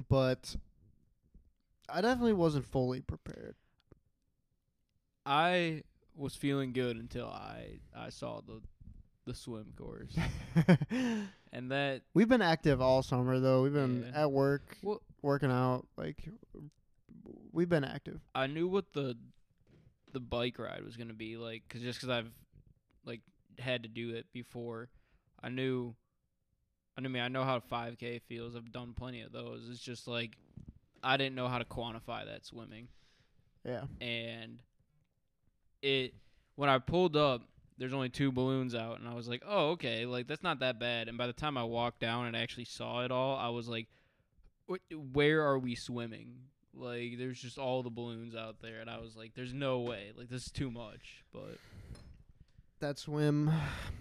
S1: but I definitely wasn't fully prepared.
S2: I was feeling good until I I saw the the swim course and that
S1: We've been active all summer, though. We've been
S2: Yeah.
S1: at work,
S2: Well-
S1: working out. Like, we've been active.
S2: I knew what the the bike ride was gonna be like, cause just cause I've like had to do it before, I knew. I mean, I know how 5K feels. I've done plenty of those. It's just like I didn't know how to quantify that swimming.
S1: Yeah.
S2: and it when I pulled up, there's only two balloons out, and I was like, oh okay, like that's not that bad. And by the time I walked down and actually saw it all, I was like, what, where are we swimming? Like there's just all the balloons out there, and I was like, there's no way, like this is too much. But
S1: That swim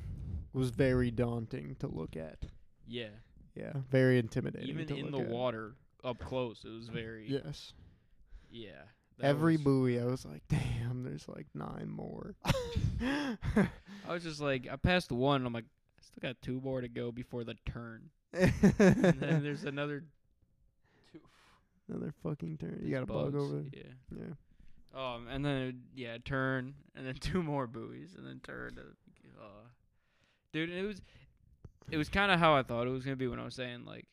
S1: was very daunting to look at.
S2: yeah,
S1: Yeah. Very intimidating.
S2: even
S1: to
S2: in
S1: look
S2: the
S1: at.
S2: water up close, it was very yeah.
S1: Yes.
S2: that
S1: Every
S2: was-
S1: buoy, I was like, damn, there's like nine more.
S2: I was just like, I passed one. I'm like, I still got two more to go before the turn. And then
S1: Another
S2: there's another two.
S1: fucking turn. You
S2: These
S1: got a bug
S2: bugs,
S1: over there.
S2: Yeah.
S1: Yeah.
S2: Um, and then it- yeah, turn, and then two more buoys, and then turn. Uh, dude, and it was, it was kind of how I thought it was gonna be when I was saying like,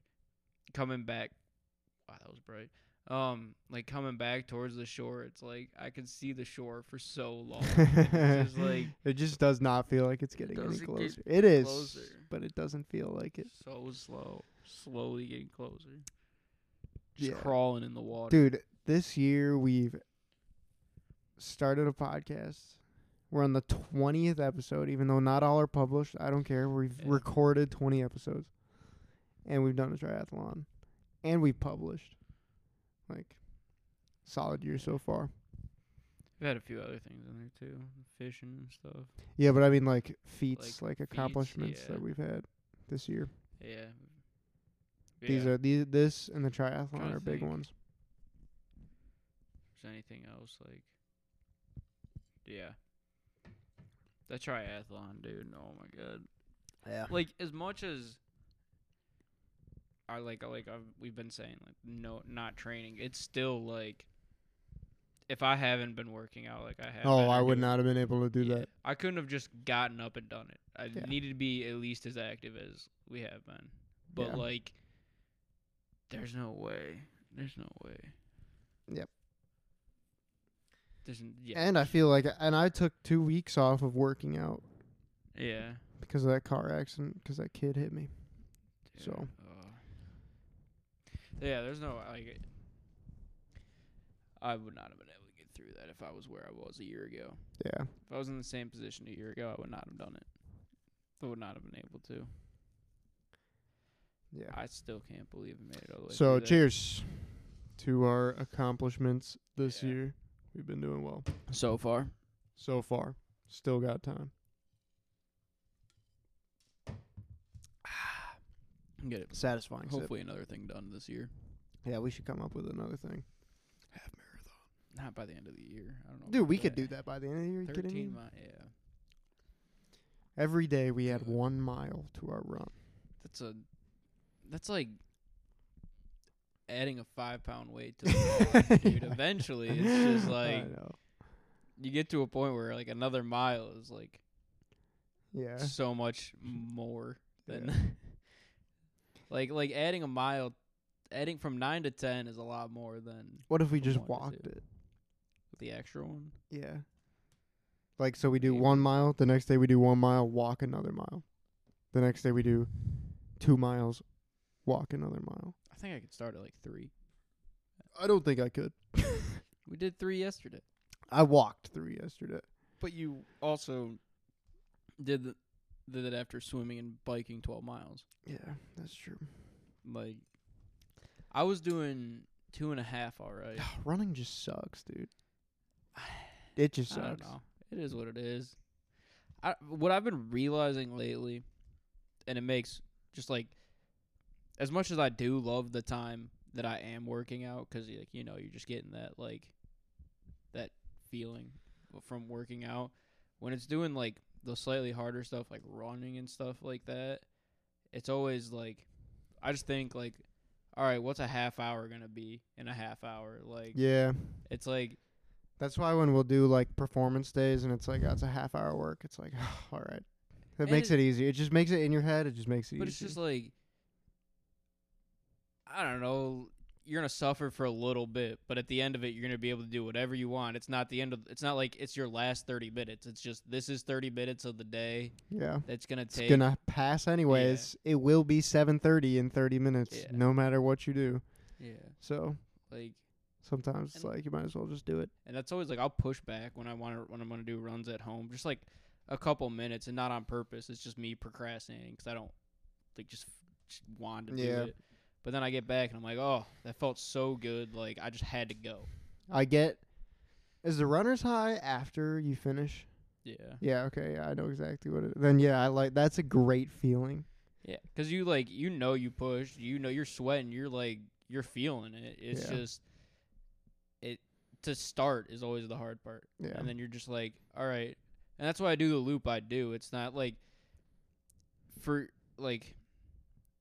S2: coming back. Wow, that was bright. Um, like coming back towards the shore, it's like I could see the shore for so long. It's just like
S1: it just does not feel like it's getting any
S2: doesn't get
S1: closer. it is,
S2: closer.
S1: but it doesn't feel like it.
S2: so slow, slowly getting closer, just
S1: Yeah.
S2: crawling in the water.
S1: Dude, this year we've started a podcast. We're on the 20th episode, even though not all are published. I don't care. We've
S2: Yeah.
S1: recorded 20 episodes, and we've done a triathlon, and we've published. Like, solid year so far.
S2: We've had a few other things in there too, fishing and stuff.
S1: Yeah, but I mean, like, feats, like, accomplishments
S2: yeah.
S1: that we've had this year.
S2: Yeah.
S1: These
S2: Yeah.
S1: are these this and the triathlon
S2: Trying to
S1: are big
S2: think.
S1: ones.
S2: Is there anything else like? Yeah. That triathlon, dude. Oh my god.
S1: Yeah.
S2: Like as much as I like, like I've, we've been saying, like no, not training. It's still like, if I haven't been working out, like I have.
S1: Oh,
S2: been
S1: I
S2: or
S1: would
S2: doing-
S1: not have been able to do
S2: yeah,
S1: that.
S2: I couldn't have just gotten up and done it. I
S1: Yeah.
S2: needed to be at least as active as we have been. But
S1: Yeah.
S2: like, there's no way. There's no way.
S1: Yep.
S2: There's n- yeah.
S1: And I feel like, and I took two weeks off of working out
S2: yeah.
S1: because of that car accident because that kid hit me.
S2: dude,
S1: So.
S2: uh, yeah, there's no like. I would not have been able to get through that if I was where I was a year ago.
S1: Yeah.
S2: If I was in the same position a year ago, I would not have done it. I would not have been able to.
S1: Yeah.
S2: I still can't believe I made it all the way.
S1: So
S2: through that.
S1: cheers to our accomplishments this
S2: Yeah.
S1: year. We've been doing well
S2: so far.
S1: so far. Still got time.
S2: Get it.
S1: Satisfying. sip.
S2: Hopefully, another thing done this year.
S1: Yeah, we should come up with another thing.
S2: Not by the end of the year. I don't know.
S1: Dude, we could do that by the end of the year. Are you kidding me?
S2: Oh, Thirteen mile. Yeah,
S1: Every day we add
S2: Dude.
S1: one mile to our run.
S2: that's a. That's like adding a five pound weight to the bar, dude. Eventually, it's just
S1: I
S2: like
S1: know.
S2: you get to a point where like another mile is like
S1: Yeah.
S2: so much more than
S1: Yeah.
S2: like like adding a mile Adding from nine to ten is a lot more than
S1: What if we
S2: From
S1: just
S2: one to
S1: walked
S2: two.
S1: it?
S2: the extra one.
S1: Yeah. Like so we do
S2: Maybe.
S1: 1 mile, the next day we do 1 mile, walk another mile. The next day we do 2 miles, walk another mile.
S2: I think I could start at like three.
S1: I don't think I could.
S2: We did three yesterday,
S1: I walked through yesterday.
S2: but you also did the, did it after swimming and biking twelve miles.
S1: Yeah, that's true.
S2: Like I was doing two and a half. All right,
S1: Running just sucks, dude. It just
S2: I don't
S1: sucks.
S2: know. It is what it is. I, what I've been realizing lately, and it makes just like as much as I do love the time that I am working out, 'cause like you know you're just getting that like that feeling from working out. When it's doing like the slightly harder stuff, like running and stuff like that, it's always like I just think like, all right, what's a half hour gonna be in a half hour? Like
S1: Yeah.
S2: it's like
S1: That's why when we'll do like performance days and it's like that's a half hour work, it's like all right. That
S2: And
S1: makes
S2: it-
S1: it easy. It just makes it in your head. It just makes it
S2: But
S1: easy.
S2: it's just like I don't know. You're gonna suffer for a little bit, but at the end of it, you're gonna be able to do whatever you want. It's not the end of. It's not like it's your last thirty minutes. It's just this is thirty minutes of the day
S1: yeah.
S2: that's gonna
S1: It's
S2: take.
S1: gonna pass anyways. It will be 7:30 in 30 minutes,
S2: Yeah.
S1: no matter what you do.
S2: yeah,
S1: So
S2: like
S1: sometimes it's
S2: And-
S1: like you might as well just do it.
S2: and that's always like I'll push back when I want to when I'm gonna do runs at home, just like a couple minutes, and not on purpose. It's just me procrastinating 'cause I don't like just, just want to
S1: Yeah.
S2: do it. But then I get back and I'm like, oh, that felt so good. Like I just had to go.
S1: I get. Is the runner's high after you finish?
S2: Yeah.
S1: Yeah. Okay. Yeah, I know exactly what it. Then yeah, I like that's a great feeling.
S2: Yeah, 'cause you like you know you pushed, you know you're sweating, you're like you're feeling it. It's
S1: Yeah.
S2: just it to start is always the hard part,
S1: Yeah.
S2: and then you're just like, all right, and that's why I do the loop. I do. It's not like for like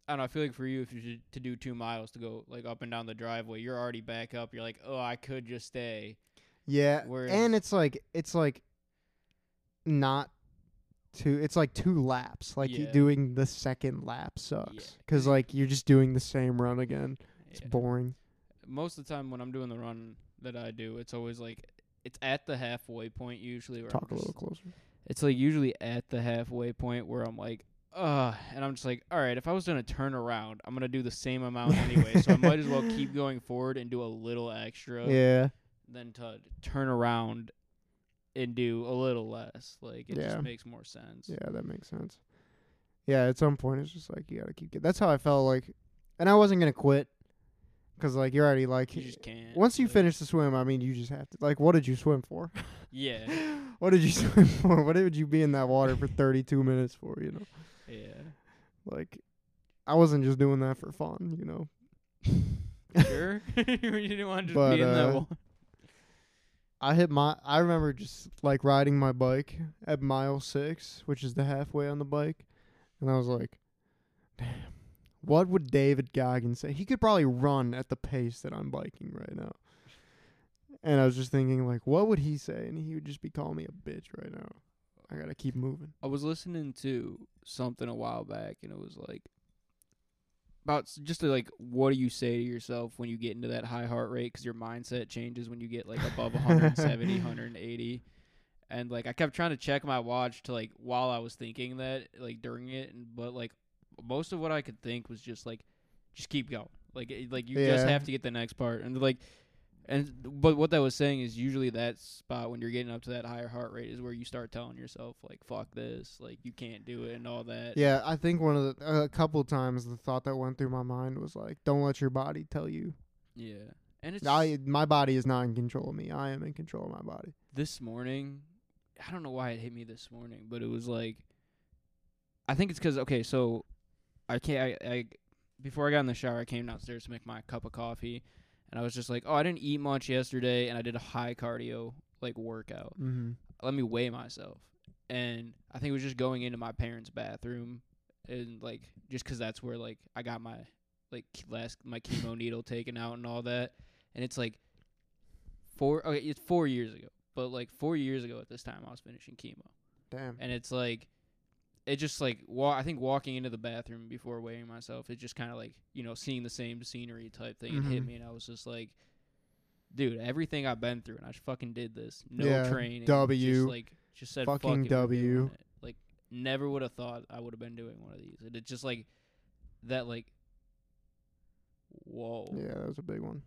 S2: I don't know. I feel like for you, if you should, to do two miles to go like up and down the driveway, you're already back up. You're like, oh, I could just stay.
S1: Yeah.
S2: Whereas-
S1: and it's like it's like not two it's like two laps. Like you
S2: Yeah.
S1: doing the second lap sucks. 'Cause
S2: 'cause you-
S1: like you're just doing the same run again. It's
S2: Yeah.
S1: boring.
S2: Most of the time when I'm doing the run that I do, it's always like it's at the halfway point usually. Where I'm
S1: Talk a
S2: just
S1: little closer.
S2: it's like usually at the halfway point where I'm like, uh, and I'm just like, all right, if I was gonna turn around, I'm gonna do the same amount anyway, so I might as well keep going forward and do a little extra
S1: Yeah.
S2: than to turn around and do a little less. Like it
S1: Yeah.
S2: just makes more sense.
S1: Yeah, that makes sense. Yeah, at some point it's just like you gotta keep. Get, that's how I felt like, and I wasn't gonna quit, cause like you're already like
S2: You just can't.
S1: once you
S2: like-
S1: finish the swim, I mean you just have to like what did you swim for?
S2: Yeah,
S1: what did you swim for? What did you be in that water for 32 minutes for? You know,
S2: yeah.
S1: like I wasn't just doing that for fun. You know,
S2: Sure, you didn't want to just
S1: But,
S2: be in that
S1: uh,
S2: one.
S1: I hit my. I remember just like riding my bike at mile six, which is the halfway on the bike, and I was like, "Damn, what would David Goggins say? He could probably run at the pace that I'm biking right now." And I was just thinking, like, what would he say? And he would just be calling me a bitch right now. I gotta keep moving.
S2: I was listening to something a while back, and it was like about s- just like what do you say to yourself when you get into that high heart rate because your mindset changes when you get like above 170, 180. And like I kept trying to check my watch to like while I was thinking that like during it, and but like most of what I could think was just like just keep going, like it- like you just
S1: Yeah.
S2: have to get the next part, and like and but what that was saying is usually that spot when you're getting up to that higher heart rate is where you start telling yourself like fuck this, like you can't do it and all that.
S1: Yeah, I think one of the a couple times the thought that went through my mind was like, don't let your body tell you.
S2: yeah. And it's
S1: I my body is not in control of me. I am in control of my body.
S2: this morning i don't know why it hit me this morning but it was like i think it's 'cause okay so i can't I, I before i got in the shower i came downstairs to make my cup of coffee and i was just like oh i didn't eat much yesterday and i did a high cardio like workout
S1: Mm-hmm.
S2: let me weigh myself. And I think it was just going into my parents' bathroom and like just 'cause that's where like I got my like k- last my chemo needle taken out and all that. And it's like four okay, it's 4 years ago. But like 4 years ago at this time I was finishing chemo.
S1: Damn.
S2: And it's like it just like wa- I think walking into the bathroom before weighing myself, it just kind of like you know seeing the same scenery type thing it hit
S1: Mhm.
S2: me, and I was just like, dude, everything I've been through, and I just fucking did this. No
S1: Yeah,
S2: training.
S1: W.
S2: Just, like just said
S1: Fucking
S2: fucking
S1: W.
S2: W. Like never would have thought I would have been doing one of these. And it's just like that like. Whoa,
S1: Yeah, that was a big one.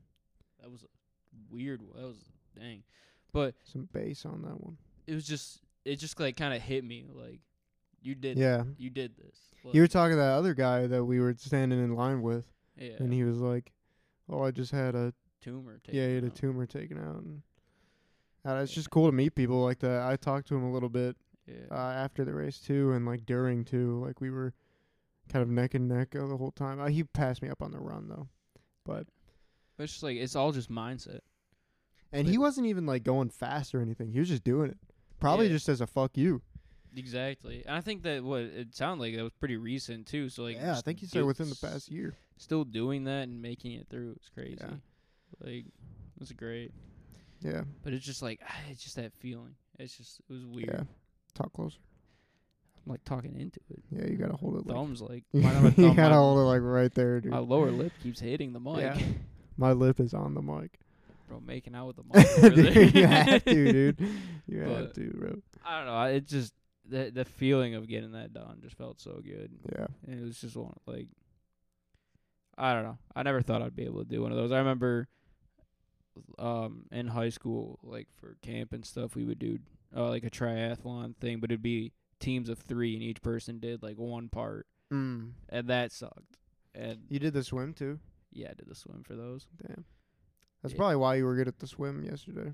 S2: that was weird. That was dang, but
S1: Some bass on that one.
S2: it was just it just like kind of hit me like you did
S1: Yeah.
S2: you did this.
S1: You were
S2: Like,
S1: talking to that other guy that we were standing in line with,
S2: yeah.
S1: and he was like, "Oh, I just had a
S2: tumor.
S1: yeah, he had
S2: taken
S1: a
S2: out.
S1: tumor taken out." And uh, it's
S2: Yeah.
S1: just cool to meet people like that. I talked to him a little bit uh,
S2: Yeah.
S1: after the race too, and like during too. Like we were kind of neck and neck uh, the whole time. Uh, he passed me up on the run though, but
S2: but it's just like it's all just mindset.
S1: and
S2: But-
S1: he wasn't even like going fast or anything. He was just doing it, probably
S2: Yeah.
S1: just as a fuck you.
S2: Exactly. And I think that what it sounded like that was pretty recent too. So like
S1: yeah, I
S2: just
S1: think he said
S2: do-
S1: within the past year.
S2: Still doing that and making it through is crazy.
S1: Yeah.
S2: Like it's great.
S1: Yeah,
S2: But it's just like it's just that feeling. It's just it was weird.
S1: yeah. Talk closer.
S2: I'm like talking into it.
S1: Yeah, you gotta hold it. Like,
S2: Thumbs like
S1: you
S2: mine have a thumb,
S1: gotta
S2: my-
S1: hold it like right there, dude.
S2: my lower lip keeps hitting the mic.
S1: Yeah. My lip is on the mic.
S2: Bro, making out with the mic. over
S1: dude, you
S2: there.
S1: have to, dude. You have
S2: But-
S1: to, bro.
S2: I don't know. I- It just the the feeling of getting that done just felt so good.
S1: Yeah.
S2: And it was just one like I don't know. I never thought I'd be able to do one of those. I remember um in high school, like for camp and stuff, we would do uh, like a triathlon thing, but it'd be teams of three and each person did like one part,
S1: Mm.
S2: and that sucked. And
S1: You did the swim too.
S2: yeah, I did the swim for those.
S1: Damn. That's
S2: Yeah.
S1: probably why you were good at the swim yesterday.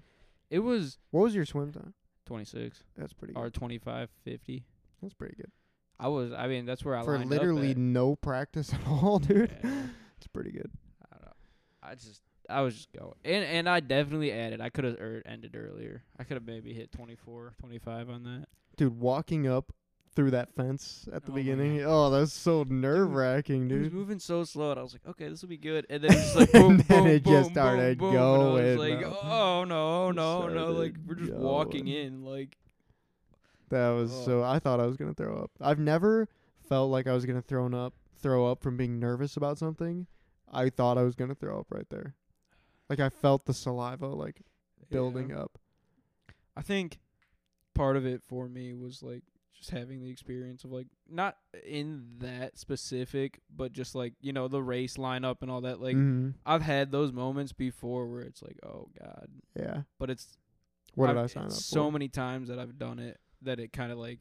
S2: It was
S1: What was your swim time?
S2: twenty six
S1: That's pretty good.
S2: or twenty five fifty.
S1: That's pretty good.
S2: I was. I mean, that's where I
S1: For
S2: lined
S1: literally
S2: up
S1: no practice at all, dude.
S2: at. Yeah.
S1: It's pretty good.
S2: I don't. I just I was just going, and and I definitely added. I could have er, ended earlier. I could have maybe hit 24, 25 on that.
S1: Dude, walking up through that fence at the
S2: Oh my
S1: beginning. Oh, that was so nerve wracking,
S2: It was
S1: dude.
S2: moving so slow, and I was like, okay, this will be good. And then it was just like boom,
S1: Mm-hmm. And then
S2: boom,
S1: it
S2: boom,
S1: just started
S2: boom, boom, and I was
S1: going,
S2: like,
S1: bro.
S2: oh no,
S1: It
S2: no, no! Like
S1: started
S2: we're just walking
S1: going.
S2: in, like
S1: That was
S2: Oh.
S1: so I thought I was gonna throw up. I've never felt like I was gonna thrown up throw up from being nervous about something. I thought I was gonna throw up right there. Like I felt the saliva like building up.
S2: I think part of it for me was like just having the experience of like not in that specific, but just like you know the race lineup and all that. Like
S1: Mhm.
S2: I've had those moments before where it's like, oh god,
S1: Yeah.
S2: but it's
S1: What did
S2: I've-
S1: I sign up
S2: it's So
S1: for?
S2: many times that I've done it that it kind of like,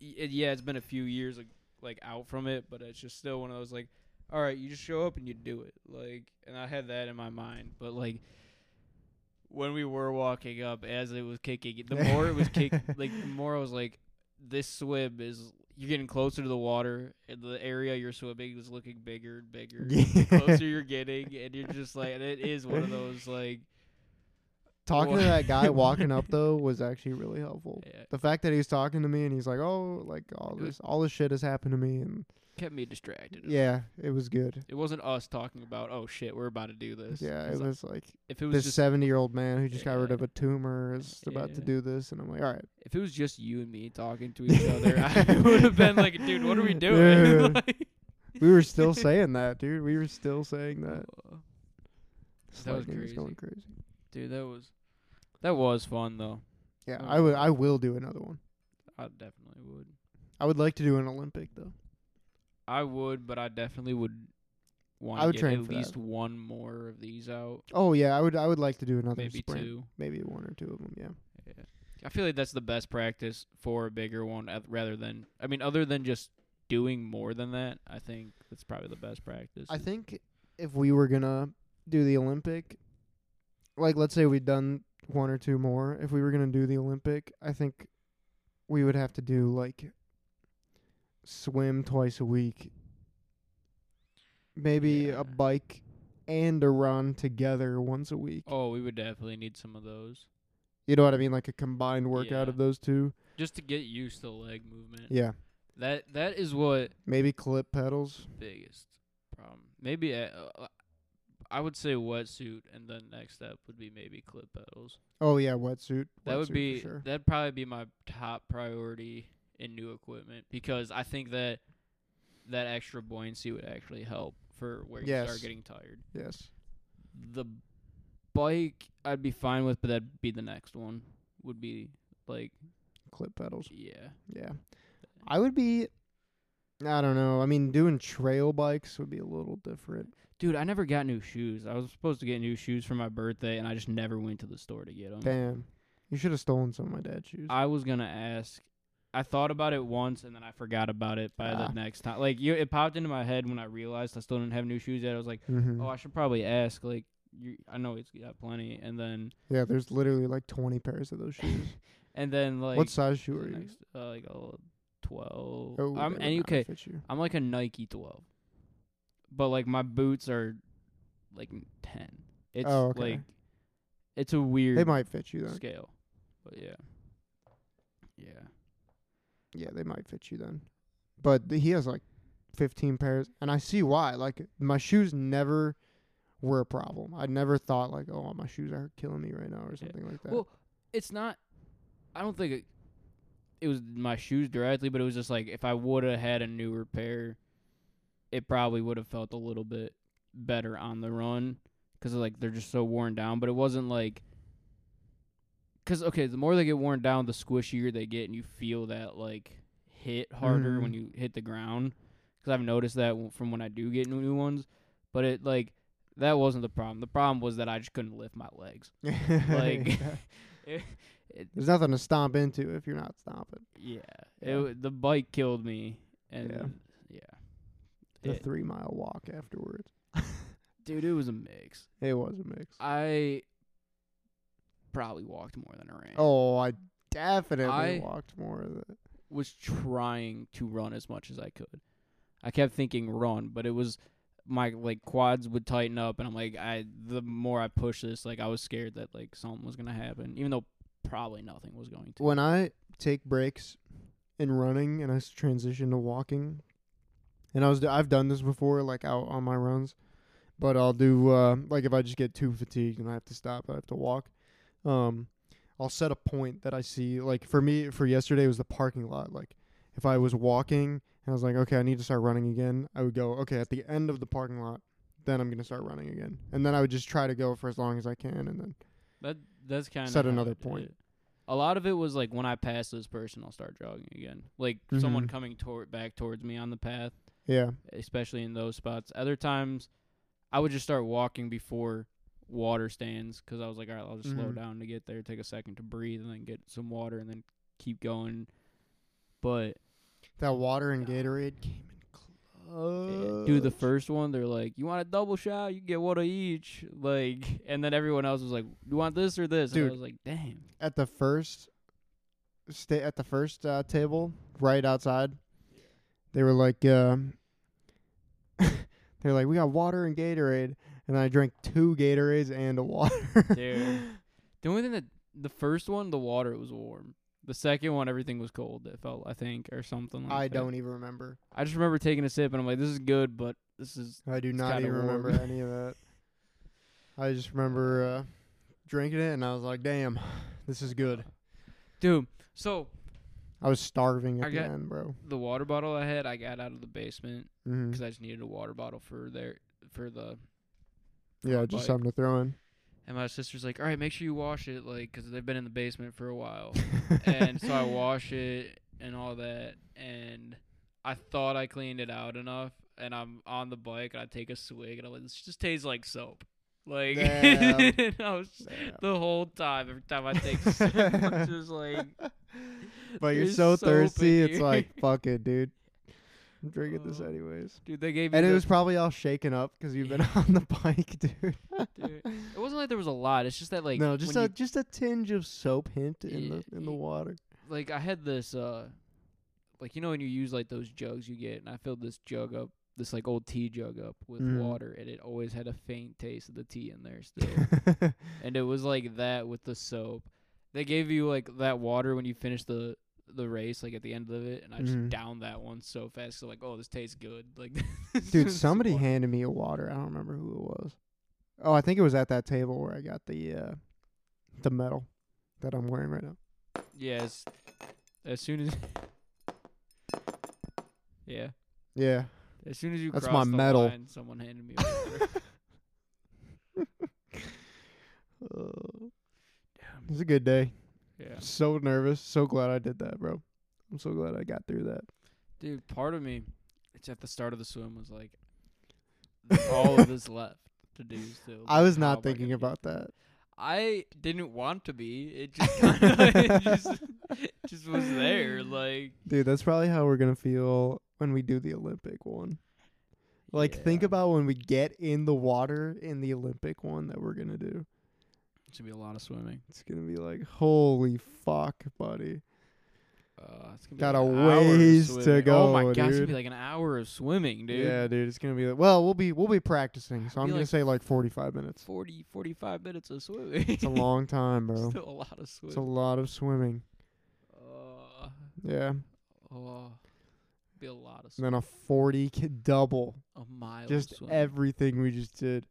S2: y- it, yeah, it's been a few years like, like out from it, but it's just still one of those like, all right, you just show up and you do it. Like, and I had that in my mind, but like. When we were walking up, as it was kicking, the more it was kicking, like the more I was like, "This swim is you're getting closer to the water, and the area you're swimming is looking bigger and bigger. The closer you're getting, and you're just like, and it is one of those like,
S1: talking to
S2: Well-
S1: that guy walking up though was actually really helpful.
S2: yeah,
S1: The fact that he was talking to me and he's like, "Oh, like all
S2: It was-
S1: this, all this shit has happened to me," and
S2: kept me distracted.
S1: yeah, it was good.
S2: It wasn't us talking about, oh shit, we're about to do this.
S1: Yeah,
S2: 'Cause
S1: it was like
S2: if it was
S1: this
S2: just
S1: seventy-year-old man who just got rid
S2: Yeah.
S1: of a tumor is about to
S2: Yeah.
S1: do this, and I'm like, "All right,
S2: if it was just you and me talking to each other, I would have been like, dude, what are we doing?
S1: Dude.
S2: Like,
S1: We were still saying that, dude. We were still saying that.
S2: uh,
S1: This
S2: That was
S1: lightning is
S2: crazy.
S1: going crazy.
S2: dude, that was that was fun though.
S1: Yeah,
S2: Oh,
S1: I would.
S2: yeah.
S1: I will do another one.
S2: I definitely would.
S1: I would like to do an Olympic though.
S2: I would, but I definitely would want
S1: I would
S2: to get
S1: train
S2: at
S1: for that.
S2: least one more of these out,
S1: Oh yeah, I would. I would like to do another
S2: maybe
S1: sprint.
S2: two.
S1: Maybe one or two of them. Yeah.
S2: Yeah. I feel like that's the best practice for a bigger one, uh, rather than I mean, other than just doing more than that. I think that's probably the best practice.
S1: I
S2: is-
S1: think if we were gonna do the Olympic, like let's say we'd done one or two more. If we were gonna do the Olympic, I think we would have to do like swim twice a week, maybe
S2: Yeah.
S1: a bike and a run together once a week.
S2: Oh, we would definitely need some of those
S1: You know what I mean? Like a combined workout
S2: Yeah.
S1: of those two.
S2: just to get used to leg movement.
S1: Yeah.
S2: That that is what
S1: Maybe clip pedals.
S2: biggest problem. Maybe uh, uh, I would say wetsuit, and then next step would be maybe clip pedals.
S1: Oh yeah, wetsuit.
S2: That
S1: Wetsuit
S2: would
S1: for
S2: be
S1: sure.
S2: that'd probably be my top priority in new equipment because I think that that extra buoyancy would actually help for where you
S1: Yes.
S2: start getting tired.
S1: Yes.
S2: The bike I'd be fine with, but that'd be the next one. Would be like
S1: Clip pedals.
S2: yeah,
S1: Yeah. I would be I don't know. I mean, doing trail bikes would be a little different.
S2: dude. I never got new shoes. I was supposed to get new shoes for my birthday, and I just never went to the store to get 'em.
S1: Damn. You should have stolen some of my dad's shoes.
S2: Mm. I was gonna ask. I thought about it once and then I forgot about it by
S1: Ah.
S2: the next time. Like you, it popped into my head when I realized I still didn't have new shoes yet. I was like,
S1: mm-hmm.
S2: oh, I should probably ask. Like, you, I know it's got plenty. And then,
S1: yeah, there's literally like 20 pairs of those shoes.
S2: and then like
S1: what size shoe
S2: the
S1: are you?
S2: next, uh, like a twelve.
S1: Oh,
S2: I'm
S1: they would
S2: any
S1: not
S2: okay.
S1: fit you.
S2: I'm like a Nike twelve, but like my boots are like ten. It's
S1: Oh, okay.
S2: like it's a weird
S1: They might fit you then.
S2: scale, but yeah, yeah.
S1: Yeah, they might fit you then. But th- he has like 15 pairs, and I see why. Like my shoes never were a problem. I never thought like, oh, my shoes are killing me right now or something like that.
S2: Well, it's not. I don't think it, it was my shoes directly, but it was just like if I would have had a newer pair, it probably would have felt a little bit better on the run because like they're just so worn down. But it wasn't like because okay, the more they get worn down, the squishier they get, and you feel that like hit harder when
S1: Mhm.
S2: you hit the ground. Because I've noticed that w- from when I do get new new ones, but it like that wasn't the problem. The problem was that I just couldn't lift my legs. like-
S1: Yeah.
S2: It, it,
S1: there's nothing to stomp into if you're not stomping.
S2: Yeah. It
S1: Yeah.
S2: w the bike killed me and
S1: Yeah.
S2: yeah.
S1: The
S2: It-
S1: three mile walk afterwards.
S2: Dude, it was a mix.
S1: It was a mix.
S2: I probably walked more than I ran.
S1: oh, I definitely
S2: I-
S1: walked more of it.
S2: Was trying to run as much as I could. I kept thinking run, but it was my like quads would tighten up and I'm like I the more I pushed this, like I was scared that like something was going to happen, even though probably nothing was going to.
S1: When I take breaks in running and I s- transition to walking, and I was I've done this before, like out on my runs, but I'll do uh, like if I just get too fatigued and I have to stop, I have to walk. Um, I'll set a point that I see. Like for me, for yesterday it was the parking lot. Like if I was walking and I was like, okay, I need to start running again, I would go okay at the end of the parking lot. Then I'm gonna start running again, and then I would just try to go for as long as I can, and then
S2: That that's kind of
S1: Set another point.
S2: A lot of it was like when I pass this person, I'll start jogging again. Like someone
S1: Mhm.
S2: coming toward back towards me on the path,
S1: yeah,
S2: especially in those spots. Other times, I would just start walking before water stands because I was like, all right, I'll just slow
S1: Mhm.
S2: down to get there, take a second to breathe, and then get some water, and then keep going. But
S1: that water and Gatorade came in
S2: uh,
S1: close.
S2: do the first one, they're like, "You want a double shot? You get one of each." Like, and then everyone else was like, "You want this or this?" And I
S1: Dude.
S2: was like, "Damn."
S1: at the first stay at the first uh, table right outside. They were like, um, they're like, we got water and Gatorade, and I drank two Gatorades and a water.
S2: Dude. The only thing that the first one, the water was warm. The second one, everything was cold. It felt, I think, or something. Like
S1: I
S2: that.
S1: don't even remember.
S2: I just remember taking a sip, and I'm like, "This is good, but this is
S1: I do
S2: It's
S1: not
S2: kinda
S1: even
S2: warm.
S1: remember any of that. I just remember uh, drinking it, and I was like, damn, this is good.
S2: dude." So
S1: I was starving at
S2: I
S1: the
S2: got-
S1: end, bro.
S2: the water bottle I had, I got out of the basement
S1: hmm
S2: 'cause I just needed a water bottle for there for the. for
S1: Yeah,
S2: my
S1: just
S2: bike.
S1: something to throw in.
S2: And my sister's like, "All right, make sure you wash it, like, 'cause they've been in the basement for a while." and so I wash it and all that, and I thought I cleaned it out enough. And I'm on the bike, and I take a swig, and I'm like, "This just tastes like soap." Like,
S1: Damn.
S2: and I was
S1: Damn.
S2: the whole time, every time I take, a sip, I'm just like,
S1: But you're
S2: There's
S1: so
S2: soap in
S1: thirsty, it's
S2: here.
S1: like fuck it, dude. I'm drinking this
S2: Oh.
S1: anyways.
S2: dude, they gave me.
S1: And it
S2: the-
S1: was probably all shaken up because you've been on the bike, dude.
S2: dude, it wasn't like there was a lot. It's just that like
S1: no, just a
S2: when you-
S1: just a tinge of soap hint in
S2: Yeah,
S1: the in the
S2: y-
S1: water.
S2: like I had this uh, like you know when you use like those jugs you get, and I filled this jug up, this like old tea jug up with
S1: Mm.
S2: water, and it always had a faint taste of the tea in there still. and it was like that with the soap. They gave you like that water when you finished the the race, like at the end of it, and I just
S1: Mhm.
S2: downed that one so fast. So like, oh, this tastes good. Like,
S1: dude, somebody handed me a water. I don't remember who it was. Oh, I think it was at that table where I got the uh the medal that I'm wearing right now.
S2: Yes. As soon as Yeah.
S1: Yeah.
S2: As soon as you
S1: That's my
S2: crossed the
S1: metal.
S2: line, someone handed me a quarter.
S1: Uh, it was a good day.
S2: yeah.
S1: So nervous. So glad I did that, bro. I'm so glad I got through that.
S2: Dude, part of me, it's at the start of the swim, was like, there's all of this left to do still.
S1: I was
S2: How am
S1: not
S2: I gonna
S1: thinking
S2: do
S1: about
S2: this?
S1: that.
S2: I didn't want to be. It just kind of just, just was there. Like,
S1: Dude, that's probably how we're gonna feel when we do the Olympic one. Like, think
S2: yeah,
S1: about when we get in the water in the Olympic one that we're gonna do.
S2: It should be a lot of swimming.
S1: It's gonna be like, holy fuck, buddy.
S2: Uh, it's gonna be
S1: Got
S2: like
S1: a
S2: an hour of
S1: ways to
S2: swimming. Oh my
S1: go,
S2: gosh, it's gonna
S1: dude.
S2: be like an hour of swimming, dude.
S1: Yeah, dude, it's gonna be like, well, we'll be we'll be practicing, so
S2: Be
S1: I'm gonna
S2: like
S1: say like 45 minutes.
S2: Forty, forty-five minutes of swimming.
S1: It's a long time, bro.
S2: Still a lot of
S1: It's a
S2: swimming.
S1: lot of swimming.
S2: Uh,
S1: Yeah, and
S2: oh, be a lot of swimming.
S1: then a 40 ki- double.
S2: A mile.
S1: Just
S2: of swimming.
S1: everything we just did.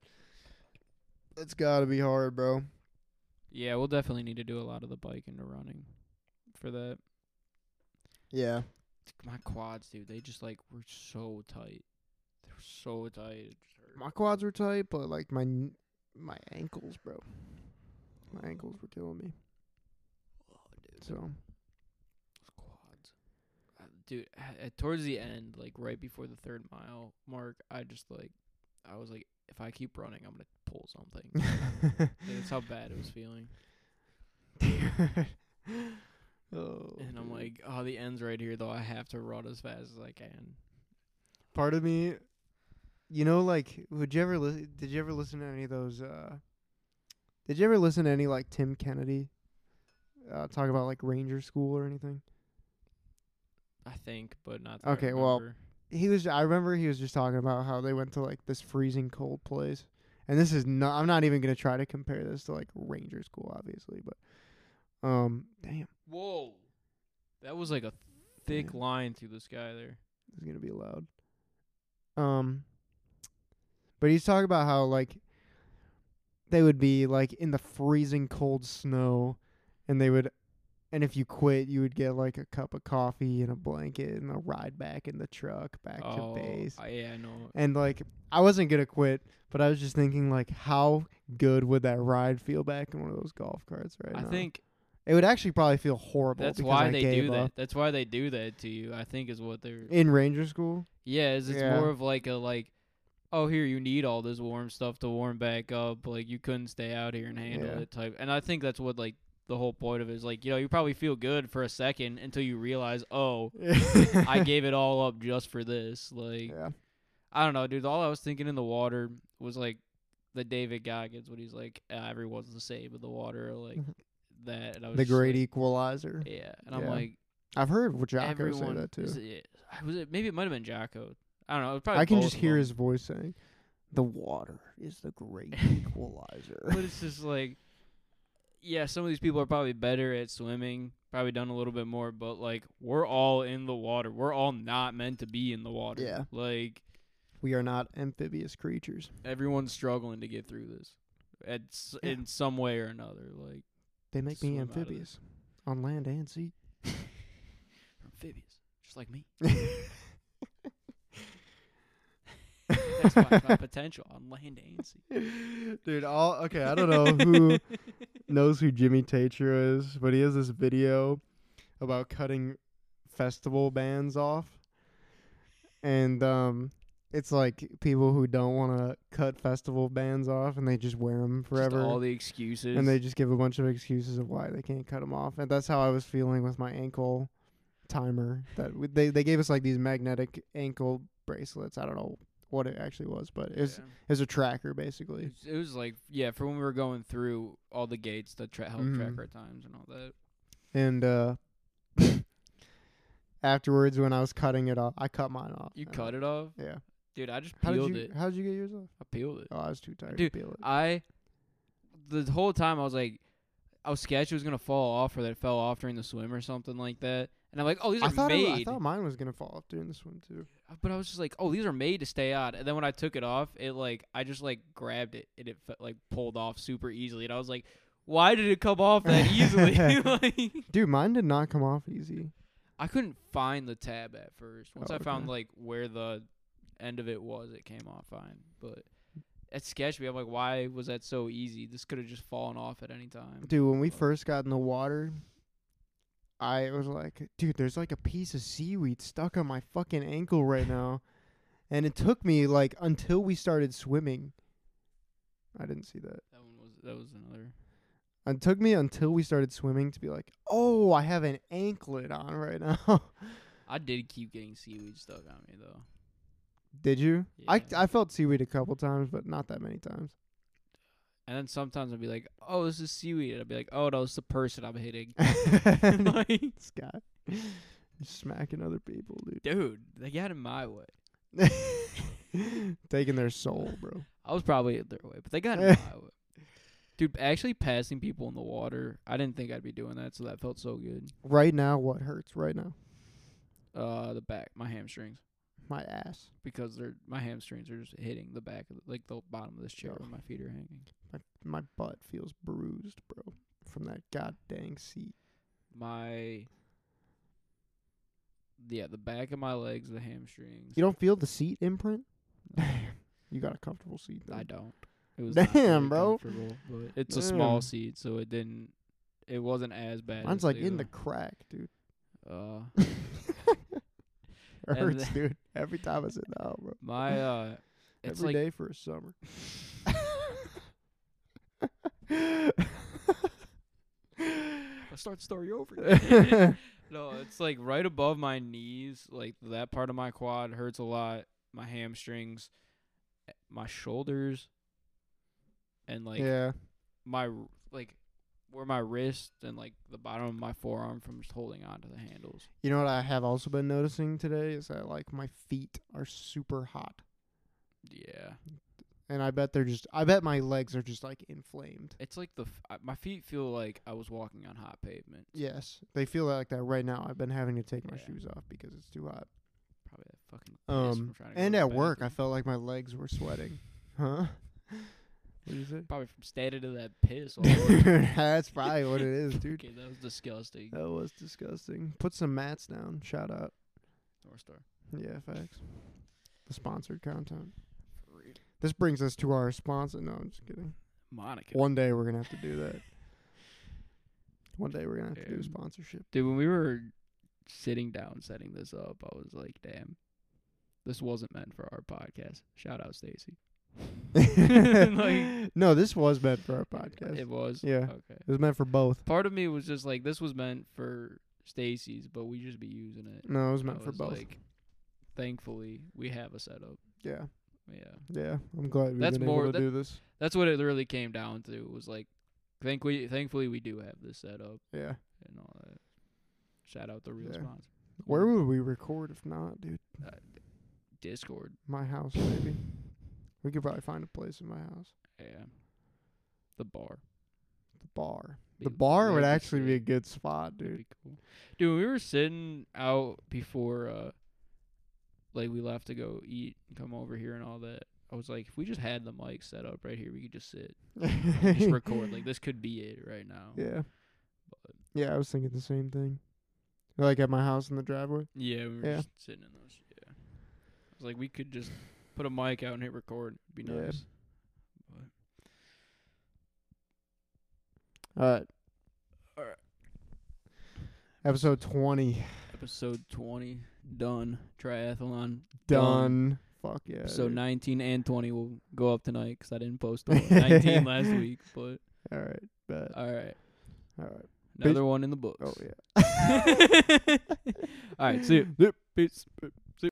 S1: That's gotta be hard, bro.
S2: Yeah, we'll definitely need to do a lot of the bike and the running for that.
S1: Yeah.
S2: My quads, dude, they just like were so tight. They were so tight. It just hurt.
S1: my quads were tight, but like my kn- my ankles, bro, my ankles were killing me.
S2: Oh, dude,
S1: So
S2: those quads. Uh, Dude, a- at, towards the end, like right before the third mile mark, I just like, I was like, if I keep running, I'm gonna pull something. Like, That's how bad it was feeling.
S1: oh,
S2: And I'm
S1: dude.
S2: like, oh, the end's right here, though. I have to run as fast as I can.
S1: part of me, you know, like, would you ever listen? Did you ever listen to any of those? uh Did you ever listen to any like Tim Kennedy uh talk about like Ranger School or anything?
S2: I think, but not. that I
S1: Okay, well,
S2: remember.
S1: he was I remember he was just talking about how they went to like this freezing cold place. And this is not I'm not even gonna try to compare this to like Ranger School, obviously, but um damn,
S2: Whoa. That was like a thick
S1: Yeah.
S2: line through the sky there.
S1: this is gonna be loud. Um But he's talking about how like they would be like in the freezing cold snow and they would and if you quit you would get like a cup of coffee and a blanket and a ride back in the truck back
S2: oh,
S1: to base.
S2: I, yeah, I know.
S1: And like I wasn't gonna quit, but I was just thinking like how good would that ride feel back in one of those golf carts right
S2: I
S1: now?
S2: think
S1: it would actually probably feel horrible.
S2: that's
S1: because
S2: why
S1: I
S2: they
S1: gave
S2: do
S1: up.
S2: that. That's why they do that to you. I think is what they're.
S1: in Ranger School.
S2: yeah, is it's
S1: Yeah.
S2: more of like a like, oh here you need all this warm stuff to warm back up. Like you couldn't stay out here and handle
S1: Yeah.
S2: it type. And I think that's what like the whole point of it is like you know you probably feel good for a second until you realize oh I gave it all up just for this like.
S1: yeah,
S2: I don't know, dude. All I was thinking in the water was like the David Goggins when he's like, "Ah, everyone's the same in the water, or, like
S1: Mhm.
S2: that. And I was
S1: the
S2: just like-
S1: Great Equalizer.
S2: yeah. And I'm
S1: Yeah.
S2: like,
S1: I've heard Jocko say
S2: everyone.
S1: that too.
S2: Is it, was it? Maybe it might have been Jocko. I don't know. It was probably
S1: I can
S2: both
S1: just
S2: of
S1: hear
S2: them.
S1: his voice saying, "The water is the Great Equalizer."
S2: But it's just like, yeah, some of these people are probably better at swimming, probably done a little bit more, but like we're all in the water. We're all not meant to be in the water.
S1: Yeah.
S2: Like
S1: we are not amphibious creatures.
S2: everyone's struggling to get through this, at s-
S1: Yeah.
S2: in some way or another. Like.
S1: They make
S2: Swim
S1: me
S2: out of this.
S1: amphibious on land and sea.
S2: amphibious, just like me. That's my, my potential on land and sea.
S1: Dude, all okay. I don't know who knows who Jimmy Tatro is, but he has this video about cutting festival bands off, and um, it's like people who don't want to cut festival bands off, and they just wear them
S2: Just
S1: forever,
S2: all the excuses.
S1: and they just give a bunch of excuses of why they can't cut them off, and that's how I was feeling with my ankle timer. That w- they they gave us like these magnetic ankle bracelets. I don't know what it actually was, but it was,
S2: Yeah.
S1: it was a tracker basically.
S2: It's- it was like yeah, for when we were going through all the gates that tra- help track
S1: Mhm.
S2: our times and all that.
S1: And uh afterwards, when I was cutting it off, I cut mine off.
S2: You cut it off,
S1: Yeah.
S2: dude. I just
S1: How
S2: peeled
S1: did you?
S2: it.
S1: How did you get yours off?
S2: I peeled it.
S1: Oh, I was too tired
S2: Dude,
S1: to peel it.
S2: I the whole time I was like, I was scared it was gonna fall off or that it fell off during the swim or something like that. And I'm like, oh, these
S1: I
S2: are
S1: thought it,
S2: made.
S1: I thought mine was gonna fall off during the swim too.
S2: But I was just like, oh, these are made to stay on. And then when I took it off, it like I just like grabbed it and it fe- like pulled off super easily. And I was like, why did it come off that easily? like,
S1: Dude, mine did not come off easy.
S2: I couldn't find the tab at first. Once
S1: Oh,
S2: I found
S1: okay.
S2: like where the end of it was, it came off fine. But it sketched me. I'm like, why was that so easy? This could have just fallen off at any time.
S1: Dude, when we first got in the water, I was like, dude, there's like a piece of seaweed stuck on my fucking ankle right now. And it took me like until we started swimming. I didn't see that.
S2: That one was that was another.
S1: It took me until we started swimming to be like, oh, I have an anklet on right now.
S2: I did keep getting seaweed stuck on me though.
S1: Did you? I,
S2: Yeah.
S1: I felt seaweed a couple times, but not that many times.
S2: And then sometimes I'd be like, "Oh, this is seaweed." And I'd be like, "Oh no, it's the person I'm hitting."
S1: this
S2: like,
S1: guy smacking other people,
S2: dude, they got in my way.
S1: dude. Taking their soul, bro.
S2: I was probably in their way, but they got in my way. Dude, actually passing people in the water, I didn't think I'd be doing that, so that felt so good.
S1: Right now, what hurts right now?
S2: Uh, the back, my hamstrings,
S1: My ass.
S2: because they're my hamstrings are just hitting the back, of the, like the bottom of this chair
S1: Ugh.
S2: where my feet are hanging.
S1: My, my butt feels bruised, bro, from that god dang seat.
S2: My, yeah, the back of my legs, the hamstrings.
S1: You don't feel the seat imprint? Damn. You got a comfortable seat. Then.
S2: I don't. It was not very
S1: Damn, bro.
S2: comfortable, But it's a small
S1: Damn.
S2: seat, so it didn't. It wasn't as bad.
S1: Mine's
S2: as
S1: like
S2: the
S1: in the
S2: other-
S1: crack, dude.
S2: Uh,
S1: It
S2: And
S1: hurts,
S2: the-
S1: dude. Every time I sit down, bro.
S2: my uh, it's
S1: Every
S2: like
S1: day for a summer.
S2: I start the story over. again. no, it's like right above my knees, like that part of my quad hurts a lot. My hamstrings, eh, my shoulders, and like
S1: yeah.
S2: my r- like where my wrist and like the bottom of my forearm from just holding on to the handles.
S1: You know what I have also been noticing today is that like my feet are super hot,
S2: Yeah,
S1: and I bet they're just. I bet my legs are just like inflamed.
S2: it's like the f- I- my feet feel like I was walking on hot pavement.
S1: Yes, they feel like that right now. I've been having to take my
S2: Yeah.
S1: shoes off because it's too hot.
S2: Probably that fucking piss from
S1: Um,
S2: trying to go
S1: and
S2: to
S1: at
S2: the
S1: work, I
S2: bathroom.
S1: felt like my legs were sweating. huh? What do you say?
S2: probably from standing to that piss. All over.
S1: Dude, that's probably what it Uh, is, dude.
S2: okay, that was disgusting.
S1: That was disgusting. Put some mats down. Shout out.
S2: North Star.
S1: Yeah, facts. The sponsored content.
S2: For real.
S1: This brings us to our sponsor. No, I'm just kidding.
S2: Monica.
S1: One day we're gonna have to do that. One day we're gonna have to do a
S2: Dude.
S1: sponsorship.
S2: Dude, when we were sitting down setting this up, I was like, damn, this wasn't meant for our podcast. Shout out Stacy. Like-
S1: no, this was meant for our podcast.
S2: It was.
S1: yeah,
S2: Okay.
S1: it was meant for both.
S2: Part of me was just like, this was meant for Stacy's, but we just be using it.
S1: No, it was
S2: I
S1: meant for
S2: was
S1: both.
S2: Like, thankfully, we have a setup.
S1: yeah,
S2: Yeah.
S1: yeah. I'm glad we've
S2: That's
S1: been
S2: more-
S1: able to
S2: that-
S1: do this.
S2: That's what it really came down to was like, thank we, thankfully, we do have this setup
S1: Yeah.
S2: and all that. Shout out the real
S1: Yeah.
S2: sponsor.
S1: Where would we record if not, dude?
S2: Discord.
S1: My house, maybe. We could probably find a place in my house.
S2: Yeah. The bar.
S1: The bar.
S2: Be
S1: The bar would
S2: really
S1: actually be a
S2: sick.
S1: good spot, dude.
S2: That'd be cool. Dude, we were sitting out before uh like we left to go eat and come over here and all that. I was like, if we just had the mic set up right here, we could just sit, and just record. Like this could be it right now.
S1: Yeah. Yeah, I was thinking the same thing. Like at my house in the driveway.
S2: Yeah, we were
S1: Yeah.
S2: just sitting in those. Yeah, I was like, we could just put a mic out and hit record. Be
S1: Yeah.
S2: nice.
S1: All right.
S2: All right.
S1: Episode 20.
S2: Episode twenty done. Triathlon
S1: Done. Fuck yeah.
S2: So
S1: dude.
S2: nineteen and twenty will go up tonight 'cause I didn't post the one- nineteen last week. But
S1: All right. Bet.
S2: all right,
S1: All right.
S2: another one in the books.
S1: Oh, yeah.
S2: All right, see you. Peace.